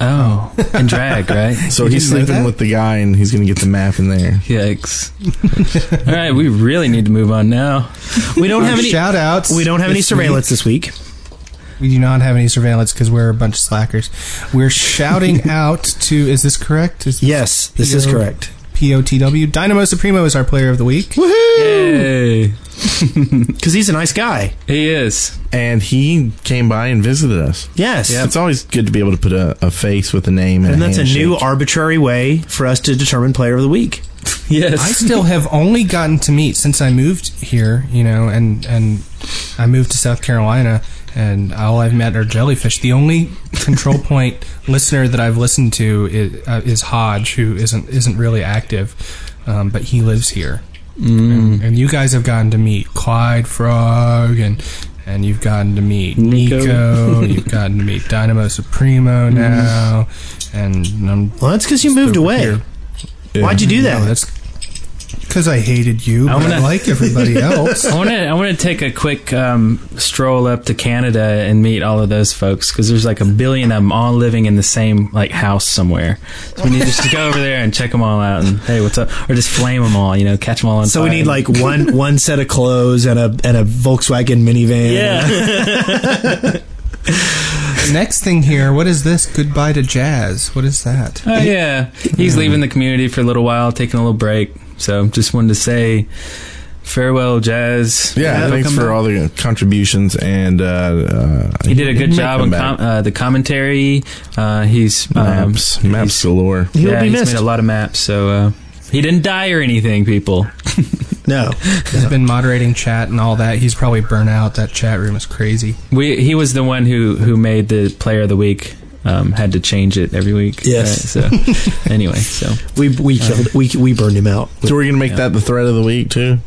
E: Oh, and drag, right?
I: So
H: You
I: he's
H: didn't know
I: sleeping
H: that?
I: with the guy, and he's gonna get the map in there.
E: Yikes! All right, we really need to move on now.
G: We don't have any.
H: shout outs.
G: We don't have any
H: this
G: surveillance this week.
H: week. We do not have any surveillance because we're a bunch of slackers. We're shouting out to. Is this correct? Is
G: Yes, this is
H: Yeah.
G: correct.
H: POTW. Dynamo Supremo is our player of the week.
E: Hey,
G: Because he's a nice guy.
E: he is.
I: And he came by and visited us.
G: Yes.
I: It's always good to be able to put a, a face with a name, and,
G: And that's a new
I: handshake.
G: arbitrary way for us to determine player of the week.
H: I
E: Yes,
H: still have only gotten to meet since I moved here, you know, and and I moved to South Carolina, and all I've met are jellyfish. The only control point listener that I've listened to is, uh, is Hodge, who isn't isn't really active, um, but he lives here. And, and you guys have gotten to meet Clyde Frog and. And you've gotten to meet
E: Nico.
H: Nico. you've gotten to meet Dynamo Supremo now, and um, I'm
G: Well, that's because you moved
H: over
G: away.
H: here.
G: Why'd you do that?
H: No, that's because I hated you.
E: I
H: But I
E: wanna-
H: like everybody else.
E: I want to. I want to take a quick um, stroll up to Canada and meet all of those folks because there's like a billion of them all living in the same like house somewhere. So we need to just go over there and check them all out and hey, what's up? Or just flame them all, you know, catch them all on
G: so we
E: fire.
G: need like one one set of clothes and a and a Volkswagen minivan.
E: yeah,
H: Next thing here, what is this? Goodbye to jazz. What is that?
E: oh, yeah. He's leaving the community for a little while, taking a little break. So just wanted to say farewell, Jazz.
I: Yeah,
E: He'll
I: thanks
E: come
I: for all the contributions, and uh, uh,
E: He did a good
I: may
E: job
I: come
E: on
I: back.
E: com- uh, the commentary. Uh, he's um,
I: maps, maps galore.
G: He'll
E: yeah,
G: be
E: he's
G: missed.
E: made a lot of maps, so uh, he didn't die or anything. People,
G: no.
H: He's been moderating chat and all that. He's probably burnt out. That chat room is crazy.
E: we he was the one who who made the player of the week. Um, had to change it every week.
G: Yes.
E: Right, so anyway, so
G: We we killed we we burned him out.
I: So we're gonna make that the thread of the week too.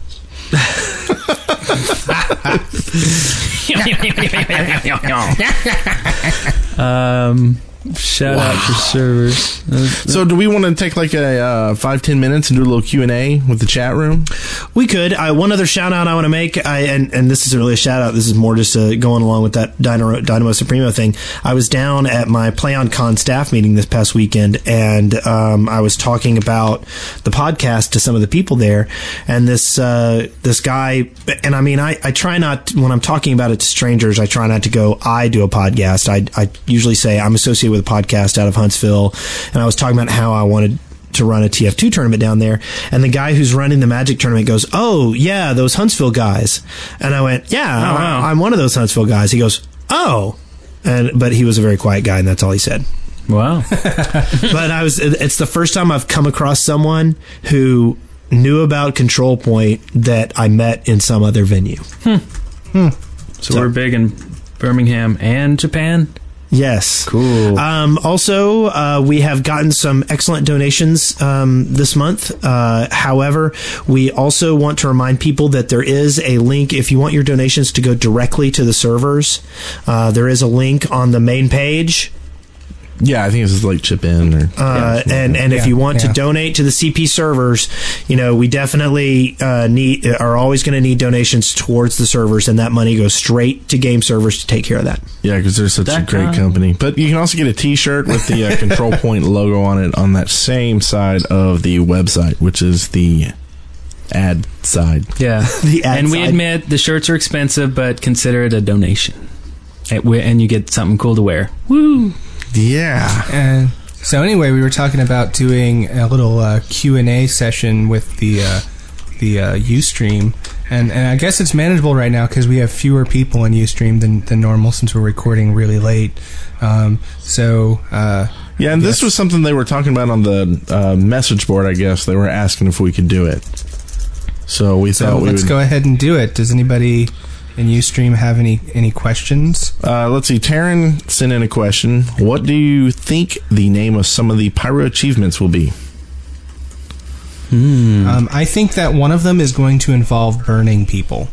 E: um, shout out for servers.
I: So do we want to take like a uh, five ten minutes and do a little Q and A with the chat room?
G: We could. I, one other shout out I want to make, I, and and this isn't really a shout out. This is more just uh, going along with that Dynamo, Dynamo Supremo thing. I was down at my PlayOnCon staff meeting this past weekend, and um, I was talking about the podcast to some of the people there, and this uh, this guy, and I mean, I, I try not when I'm talking about it to strangers, I try not to go. I do a podcast. I I usually say I'm associated with a podcast out of Huntsville, and I was talking about how I wanted to run a TF2 tournament down there. And the guy who's running the Magic tournament goes, Oh, yeah, those Huntsville guys. And I went, Yeah, I-
E: wow.
G: I'm one of those Huntsville guys. He goes, Oh. And, but he was a very quiet guy, and that's all he said
E: Wow.
G: but I was. It's the first time I've come across someone who knew about Control Point that I met in some other venue.
E: So we're big in Birmingham and Japan.
G: Yes.
E: Cool.
G: Um, also, uh, we have gotten some excellent donations um, this month. Uh, however, we also want to remind people that there is a link if you want your donations to go directly to the servers. Uh, there is a link on the main page.
I: Yeah, I think it's just like chip in or
G: Uh, and and if
H: Yeah,
G: you want
H: yeah.
G: to donate to the CP servers, you know we definitely uh, need are always going to need donations towards the servers, and that money goes straight to game servers to take care of that.
I: yeah, because they're such a
E: Dot
I: great
E: com.
I: company. But you can also get a T-shirt with the uh, Control Point logo on it on that same side of the website, which is the ad side.
E: Yeah.
G: The ad
E: and we
G: side.
E: admit the shirts are expensive, but consider it a donation. And we- And you get something cool to wear. Woo!
I: Yeah,
H: And so anyway, we were talking about doing a little uh, Q and A session with the uh, the uh, UStream, and and I guess it's manageable right now because we have fewer people in UStream than than normal since we're recording really late. Um, so uh,
I: yeah. And this was something they were talking about on the uh, message board. I guess they were asking if we could do it. So we
H: so
I: thought we
H: let's
I: would.
H: go ahead and do it. Does anybody in UStream have any any questions?
I: Uh, let's see. Taryn sent in a question. What do you think the name of some of the pyro achievements will be? Mm.
H: Um, I think that one of them is going to involve burning people.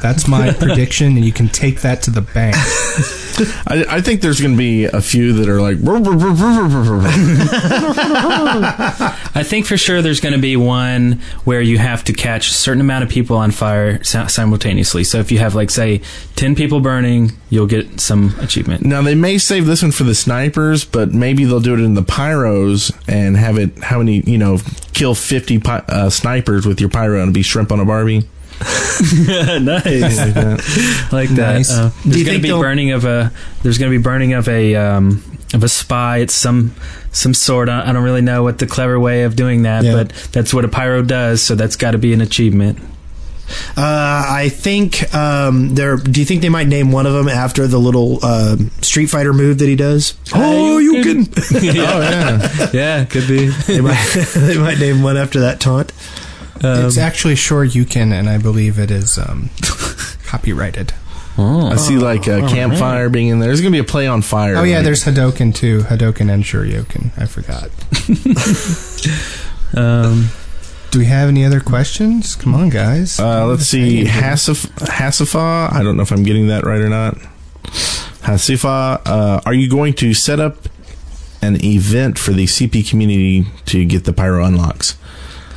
H: That's my prediction, and you can take that to the bank.
I: I, I think there's going to be a few that are like. "Brr, brr, brr, brr, brr, brr, brr."
E: I think for sure there's going to be one where you have to catch a certain amount of people on fire si- simultaneously. So if you have, like, say, 10 people burning, you'll get some achievement.
I: now they may save this one for the snipers, but maybe they'll do it in the pyros and have it. How many? You know, kill fifty pi- uh, snipers with your pyro and be shrimp on a Barbie.
E: nice.
I: Like that.
E: like that.
H: Nice.
E: Uh,
G: Do
E: there's going
G: you think
E: to be
G: they'll-
E: burning of a. There's going to be burning of a um, of a spy. It's some some sort. I I don't really know what the clever way of doing that,
G: Yeah.
E: but that's what a pyro does. So that's got to be an achievement.
G: Uh, I think um, there. Do you think they might name one of them after the little um Street Fighter move that he does? oh, you, can.
E: yeah. yeah, could be.
G: they, might, they might name one after that taunt.
I: Um,
H: it's actually sure you can, and I believe it is um, copyrighted.
I: I see like a campfire being in there. There's going to be a play on fire.
H: Oh yeah,
I: Like,
H: there's Hadoken too. Hadoken and Shoryuken. I forgot.
E: Um,
H: Do we have any other questions? Come on, guys.
I: Uh, let's see, Hasif- Hasifa. I don't know if I'm getting that right or not. Hasifa, uh, are you going to set up an event for the CP community to get the pyro unlocks?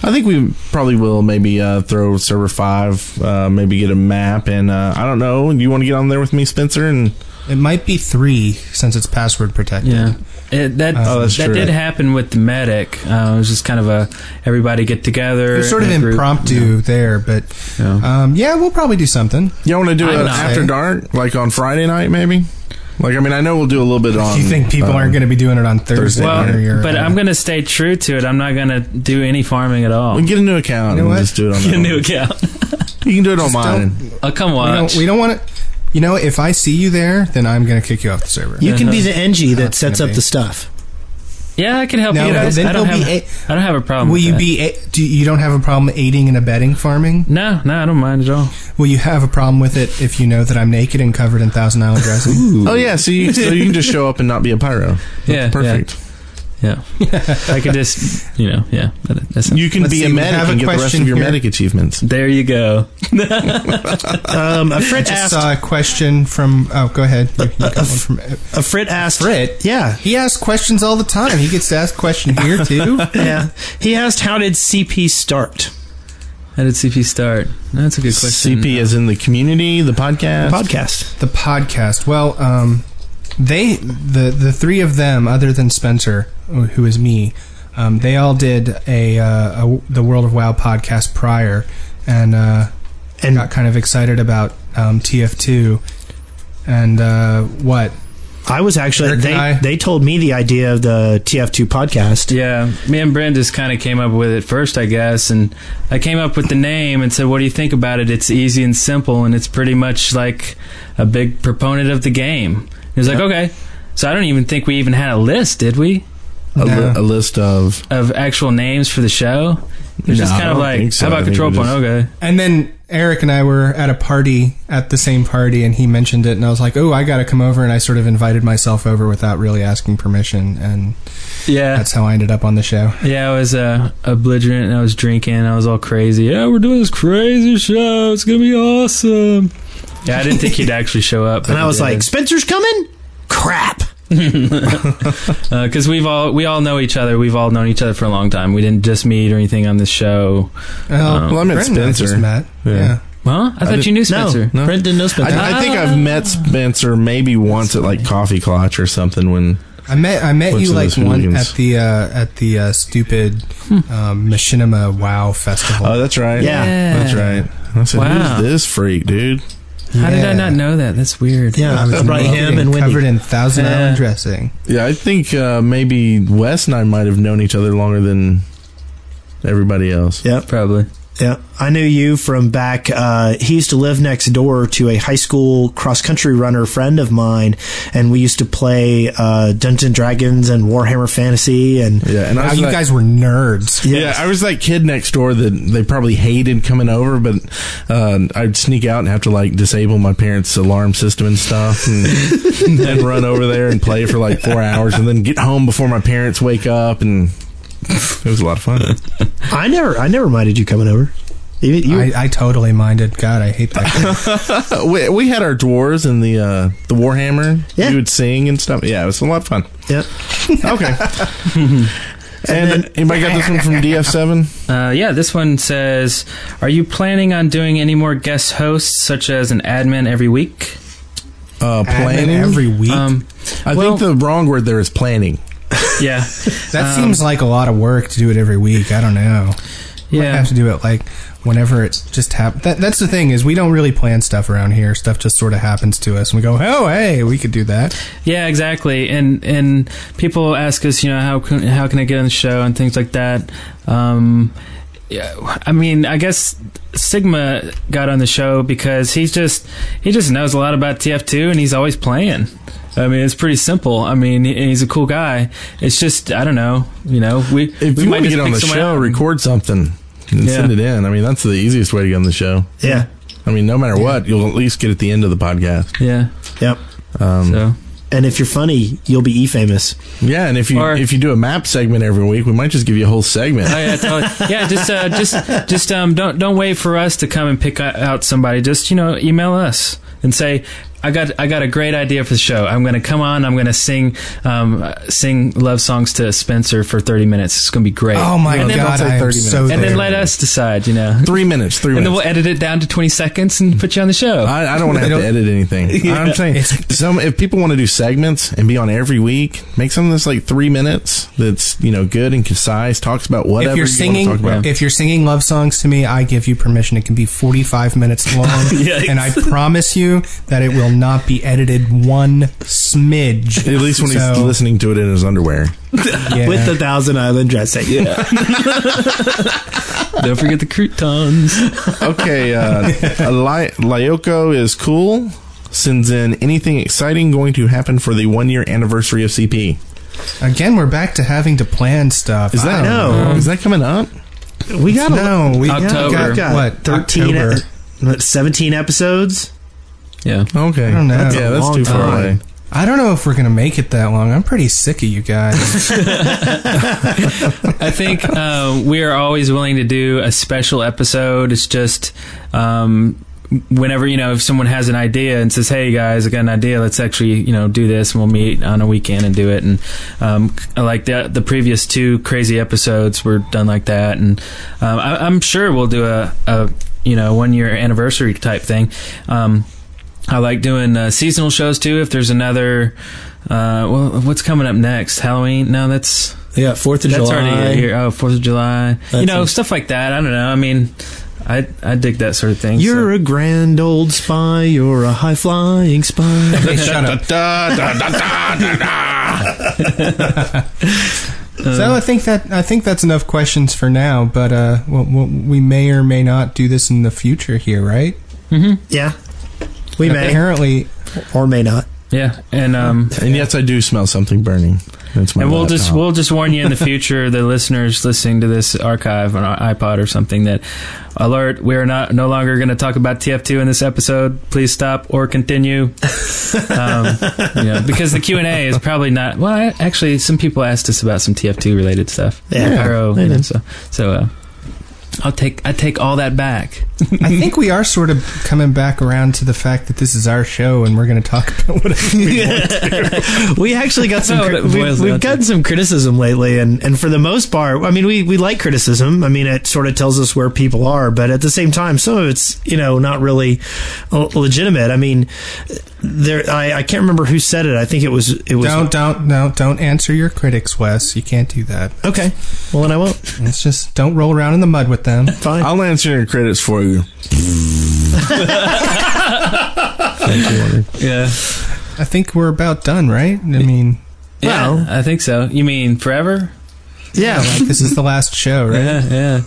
I: I think we probably will. Maybe uh, throw server five. Uh, maybe get a map, and uh, I don't know. You want to get on there with me, Spencer? And
H: it might be three since it's password protected.
E: yeah. It, that
H: Oh,
I: that's
E: that
I: true.
E: did happen with the medic. Uh, it was just kind of a everybody get together.
H: It was sort of
E: in a group.
H: impromptu there, but
E: Yeah.
H: um, yeah, we'll probably do something.
I: you want to do
E: I'm
I: it
E: not.
I: after dark, like on Friday night, maybe? Like, I mean, I know we'll do a little bit on.
H: Do you think people
I: um,
H: aren't going to be doing it on Thursday?
I: Thursday
E: Well,
H: or your-
E: but I'm going to stay true to it. I'm not going to do any farming at all.
I: We can get a new account
H: You know
I: and
H: what?
I: just do it on.
E: Get
I: that
E: a new
I: one.
E: account.
I: You can do it
H: don't-
I: on mine.
E: I'll come
H: We don't,
E: watch.
H: we don't want to. You know, if I see you there, then I'm going to kick you off the server.
G: You can be the NG that
H: That's gonna
G: sets up
H: be-
G: the stuff.
E: yeah, I can help
H: No,
E: you guys.
H: then
E: I don't
H: there'll
E: have.
H: be eight-
E: I don't have a problem.
H: Will
E: with
H: you
E: that.
H: be? a- Do you don't have a problem aiding and abetting farming?
E: No, no, I don't mind at all.
H: Will you have a problem with it if you know that I'm naked and covered in Thousand Island dressing?
I: Oh yeah, so you, so you can just show up and not be a pyro. That's
E: Yeah,
I: perfect.
E: Yeah, I could just, you know, yeah. That, that's
I: You can
H: Let's
I: be
H: see,
I: a
H: we
I: medic
H: have a
I: and get the rest
H: question
I: of your
H: here.
I: medic achievements.
E: there you go.
G: Um, a
H: I
G: Frit
H: just
G: asked.
H: saw a question from. Oh, go ahead. You, you got one from
G: a Uh, Frit asked.
H: Frit.
G: Yeah.
H: He asks questions all the time. He gets to ask question here too.
G: Yeah. He asked, "How did CP start?"
E: How did CP start? That's a good question.
I: CP is in the community, the podcast.
G: Podcast.
H: the podcast. Well, um, they the the three of them, other than Spencer, who is me, um, they all did a, uh, a the World of WoW podcast prior, and uh,
G: And-
H: got kind of excited about um, TF2, and uh, what
G: I was actually
H: Eric and
G: they
H: I-
G: they told me the idea of the TF2 podcast.
E: Yeah, me and Brent just kind of came up with it first, I guess, and I came up with the name and said, "What do you think about it? It's easy and simple, and it's pretty much like a big proponent of the game." He was like, "Okay," so I don't even think we even had a list, did we,
I: A, li-
H: No.
I: a list of
E: of actual names for the show? It was
I: No,
E: just
I: I
E: kind of
I: don't
E: like,
I: think so.
E: "How
I: I
E: about
I: think
E: Control
I: we
E: Point?"
I: just-
E: Okay,
H: And then Eric and I were at a party at the same party, and he mentioned it, and I was like, "Oh, I got to come over," and I sort of invited myself over without really asking permission, and
E: yeah,
H: that's how I ended up on the show.
E: Yeah, I was uh, a belligerent and I was drinking. I was all crazy. Yeah, we're doing this crazy show. It's going to be awesome. Yeah, I didn't think he'd actually show up. but
G: And I
E: he
G: was
E: did.
G: like, Spencer's coming? Crap.
E: because Uh, we've all we all know each other. We've all known each other for a long time. We didn't just meet or anything on this show.
I: well, I met
H: Brent and I
I: Spencer.
H: just met.
I: Yeah.
H: Yeah.
E: Huh? I, thought you knew Spencer.
G: No, Brent didn't know Spencer.
I: I, I think I've met Spencer maybe once at like Coffee Clutch or something when
H: I met I met
I: Bunch
H: you
I: of
H: like
I: those
H: one
I: hooligans.
H: at the uh, at the uh, stupid um, Machinima Wow Festival.
I: Oh, that's right.
G: Yeah.
I: That's right. I said,
E: Wow.
I: who's this freak, dude?
E: How did I
H: Yeah.
E: not know that? That's weird.
G: yeah,
H: I was
G: right.
H: naked
G: Him and Wendy.
H: covered in Thousand
E: Yeah.
H: Island dressing.
I: Yeah, I think uh, maybe Wes and I might have known each other longer than everybody else.
G: Yep.
E: probably.
G: Yeah, I knew you from back. Uh, he used to live next door to a high school cross country runner friend of mine, and we used to play uh, Dungeons and Dragons and Warhammer Fantasy. And
I: Yeah, and I
H: Wow,
I: was
H: you
I: like-
H: guys were nerds.
I: Yeah, I was that kid next door that they probably hated coming over, but uh, I'd sneak out and have to like disable my parents' alarm system and stuff, and then run over there and play for like four hours, and then get home before my parents wake up, and it was a lot of fun.
G: I never, I never minded you coming over. You, you-
H: I, I totally minded. God, I hate that. guy.
I: Uh, we, we had our dwarves and the uh, the Warhammer.
G: Yeah.
I: We would sing and stuff. Yeah, it was a lot of fun.
G: yeah.
I: Okay. and uh, anybody got this one from DF7?
E: Uh, yeah, this one says, "Are you planning on doing any more guest hosts, such as an admin every week?"
I: Uh, planning.
H: Admin every week.
E: Um,
I: I
E: well-
I: think the wrong word there is planning.
E: yeah,
H: that seems like a lot of work to do it every week. I don't know. I
E: yeah.
H: have to do it like whenever it's just happen. That, that's the thing is we don't really plan stuff around here. Stuff just sort of happens to us, and we go, "Oh, hey, we could do that."
E: Yeah, exactly. And and people ask us, you know, how can how can I get on the show and things like that. Um, yeah, I mean, I guess Sigma got on the show because he's just he just knows a lot about TF2 and he's always playing. I mean, it's pretty simple. I mean, he- he's a cool guy. It's just I don't know, you know, we
I: If
E: we
I: you
E: might
I: want to
E: just
I: get on
E: pick
I: the
E: someone
I: show,
E: out.
I: record something and
E: Yeah.
I: send it in. I mean, that's the easiest way to get on the show.
G: Yeah.
I: I mean, no matter what, you'll at least get at the end of the podcast.
E: yeah.
G: Yep.
I: Um,
E: So
G: And if you're funny, you'll be e famous.
I: Yeah, and if you
E: Or-
I: if you do a map segment every week, we might just give you a whole segment.
E: Oh, yeah, totally. yeah. Just, uh, just, just um, don't don't wait for us to come and pick o- out somebody. Just you know, email us and say, I got I got a great idea for the show. I'm going to come on. I'm going to sing um, uh, sing love songs to Spencer for 30 minutes. It's going to be great.
H: Oh my
E: and then,
H: god, I am so.
E: And then
H: there.
E: let us decide. You know,
I: Three minutes. Three
E: and then
I: minutes.
E: we'll edit it down to 20 seconds and put you on the show.
I: I, I don't want to have to edit anything. I'm saying some if people want to do segments and be on every week, make something that's like three minutes that's you know good and concise. Talks about whatever
H: If you're singing,
I: You want to talk about.
H: if you're singing love songs to me, I give you permission. It can be 45 minutes long, and I promise you that it will not be edited one smidge.
I: At least when he's
H: So,
I: listening to it in his underwear.
H: yeah.
G: With the Thousand Island dressing. Yeah.
E: don't forget the croutons.
I: Okay, uh, Li- Lyoko is cool. Sends in anything exciting going to happen for the one year anniversary of CP.
H: again, we're back to having to plan stuff.
I: Is
H: I
I: that um,
H: don't know.
I: Is that coming up?
G: We got a
H: No, we
E: October.
H: got, got what?
G: 13
H: October.
G: what, 17 episodes?
E: Yeah.
I: Okay, I
H: don't know. That's
I: yeah,
H: a
I: that's
G: long
I: too far
G: time.
I: away.
H: I don't know if we're gonna make it that long. I'm pretty sick of you guys.
E: I think uh, we are always willing to do a special episode. It's just um, whenever you know if someone has an idea and says, "Hey guys, I got an idea. Let's actually you know do this," and we'll meet on a weekend and do it. And um, like the the previous two crazy episodes were done like that. And um, I, I'm sure we'll do a, a you know one year anniversary type thing. Um, I like doing uh, seasonal shows too. If there's another, uh, well, what's coming up next? Halloween? No, that's
G: Yeah, 4th of
E: that's already here. Oh, Fourth of July. you know, stuff like that. I don't know. I mean, I I dig that sort of thing.
G: You're a grand old spy. You're a high flying spy.
H: Shut up.
I: Da, da, da, da, da, da. Uh.
H: So I think that I think that's enough questions for now. But uh, well, well, we may or may not do this in the future here, right?
G: yeah, we may
H: Apparently,
G: or may not.
E: yeah, and um,
I: And yes, I do smell something burning. That's my
E: and we'll just
I: laptop.
E: we'll just warn you in the future, the listeners listening to this archive on our iPod or something, that alert, we are not no longer going to talk about TF2 in this episode. Please stop or continue, um, you know, because the Q and A is probably not. Well, I, actually, some people asked us about some TF2 related stuff.
G: Yeah,
E: Pyro,
G: they
E: you know,
G: did.
E: so so. Uh, I'll take I take all that back.
H: I think we are sort of coming back around to the fact that this is our show and we're going to talk about whatever we want.
G: we actually got some
E: No,
G: cri-
E: that boils
G: we've,
E: down
G: we've
E: to-
G: gotten some criticism lately and, and for the most part i mean we, we like criticism i mean it sort of tells us where people are but at the same time some of it's you know not really uh, legitimate i mean there i, I can't remember who said it i think it was it was
H: Don't don't no don't answer your critics, Wes. You can't do that.
G: okay well then i won't
H: It's just don't roll around in the mud with them.
G: fine
I: I'll answer your credits for you.
E: Yeah.
H: I think we're about done, right? I mean,
E: Yeah,
G: Well-
E: I think so. You mean forever?
G: yeah
H: like this is the last show, right?
E: Yeah, yeah.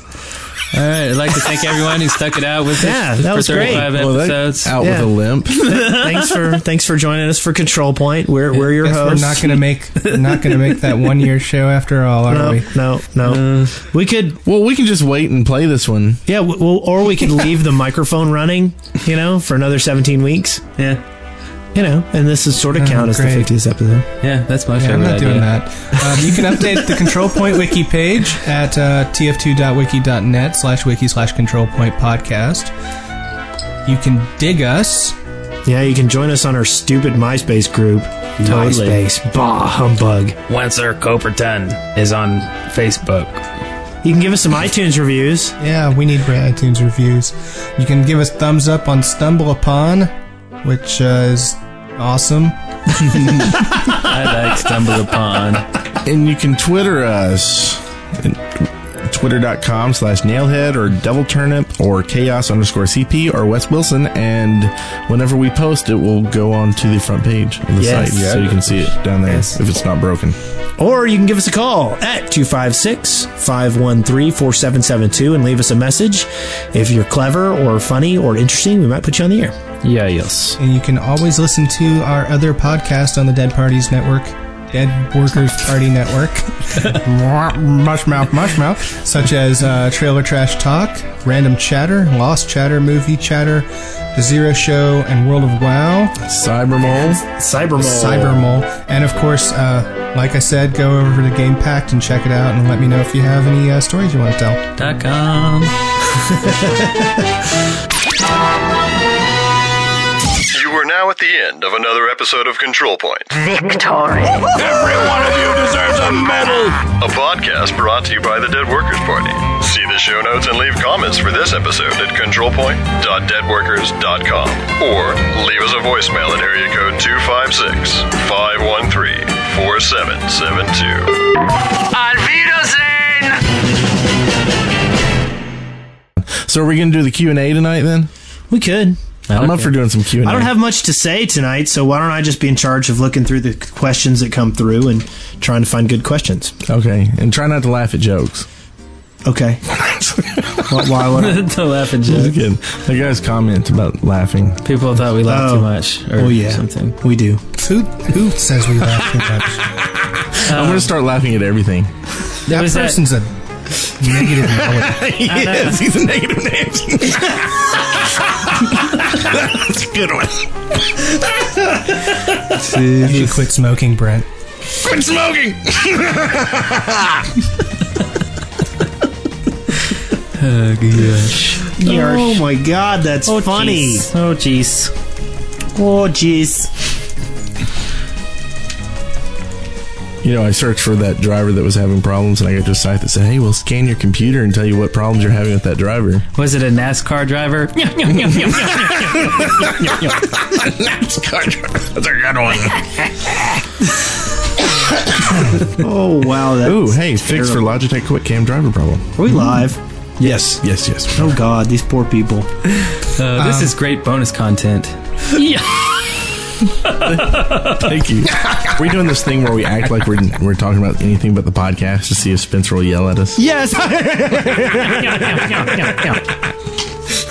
E: All right, I'd like to thank everyone who stuck it out with us.
G: Yeah, that
E: for
G: was great.
E: 35
I: Well, that-
E: episodes.
I: out
G: Yeah.
I: with a limp.
G: thanks for thanks for joining us for control point we're, we're your
H: Guess we're
G: hosts
H: not gonna make we're not gonna make that one year show after all, are we?
G: no no no Uh, we could
I: Well, we can just wait and play this one.
G: yeah w- well or we could leave the microphone running you know for another 17 weeks
E: yeah,
G: you know, and this is sort of
H: Oh,
G: count as the
H: great.
G: 50th episode.
E: yeah, that's my
H: Yeah,
E: favorite
H: I'm not
E: idea.
H: doing that. Um, you can update the Control Point wiki page at uh, tf2.wiki.net slash wiki slash Control Point podcast. You can dig us.
G: Yeah, you can join us on our stupid MySpace group.
E: Totally.
G: MySpace, bah humbug.
E: Wencer Coperton is on Facebook.
G: You can give us some iTunes reviews.
H: Yeah, we need great iTunes reviews. You can give us thumbs up on Stumble Upon, which uh, is awesome.
E: I like stumble upon.
I: And you can Twitter us. Twitter.com slash nailhead or devil turnip or chaos underscore CP or Wes Wilson. And whenever we post, it will go on to the front page of the
G: Yes.
I: site. So you can see it down there if it's not broken.
G: Or you can give us a call at 256 513 4772 and leave us a message. If you're clever or funny or interesting, we might put you on the air.
E: Yeah, yes.
H: And you can always listen to our other podcast on the Dead Parties Network, Dead Workers Party Network, mushmouth, mushmouth, such as uh, Trailer Trash Talk, Random Chatter, Lost Chatter, Movie Chatter, The Zero Show, and World of WoW,
I: Cybermole.
G: Cybermole.
H: Cybermole, and of course, uh, like I said, go over to Game Pact and check it out, and let me know if you have any uh, stories you want to tell.
E: Dot com.
F: You are now at the end of another episode of Control Point,
A: Victory.
B: Every one of you deserves a medal!
F: a podcast brought to you by the Dead Workers Party. See the show notes and leave comments for this episode at controlpoint.deadworkers.com or leave us a voicemail at area code 256 513 4772.
I: So are we going to do the Q&A tonight then?
G: We could.
I: I'm up for doing some Q&A.
G: I don't have much to say tonight, so why don't I just be in charge of looking through the questions that come through and trying to find good questions?
I: Okay. And try not to laugh at jokes.
G: Okay. Why- why would I?
E: the laughing
I: Just
E: joke.
I: kidding. That guy's comment about laughing.
E: People thought we laughed
G: Oh.
E: too much or
G: Oh, yeah.
E: something.
G: We do.
H: Who who says we laugh too much?
I: I'm
G: Um,
I: going to start laughing at everything.
H: That
E: was that?
H: person's a negative. Melody.
I: Yes, he's a negative Nancy. That's a good one.
H: You should quit smoking, Brent.
I: Quit smoking.
G: Oh my god, that's funny.
E: Oh jeez.
G: Oh jeez.
I: You know, I searched for that driver that was having problems, and I got to a site that said, "Hey, we'll scan your computer and tell you what problems you're having with that driver."
E: Was it a NASCAR driver?
I: That's a good one.
G: Oh wow, that Oh,
I: Ooh, hey, fix for Logitech Quick Cam driver problem.
G: are we live? Yes.
I: Yes, yes.
G: Oh God, these poor people.
E: Uh, this is great bonus content.
I: Thank you. We're doing this thing where we act like we're we're talking about anything but the podcast to see if Spencer will yell at us.
G: Yes.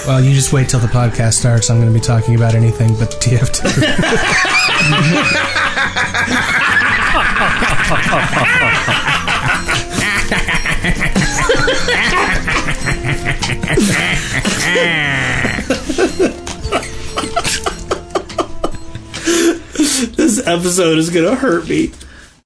H: Well, you just wait till the podcast starts. I'm going to be talking about anything but the TF2.
G: this episode is gonna hurt me.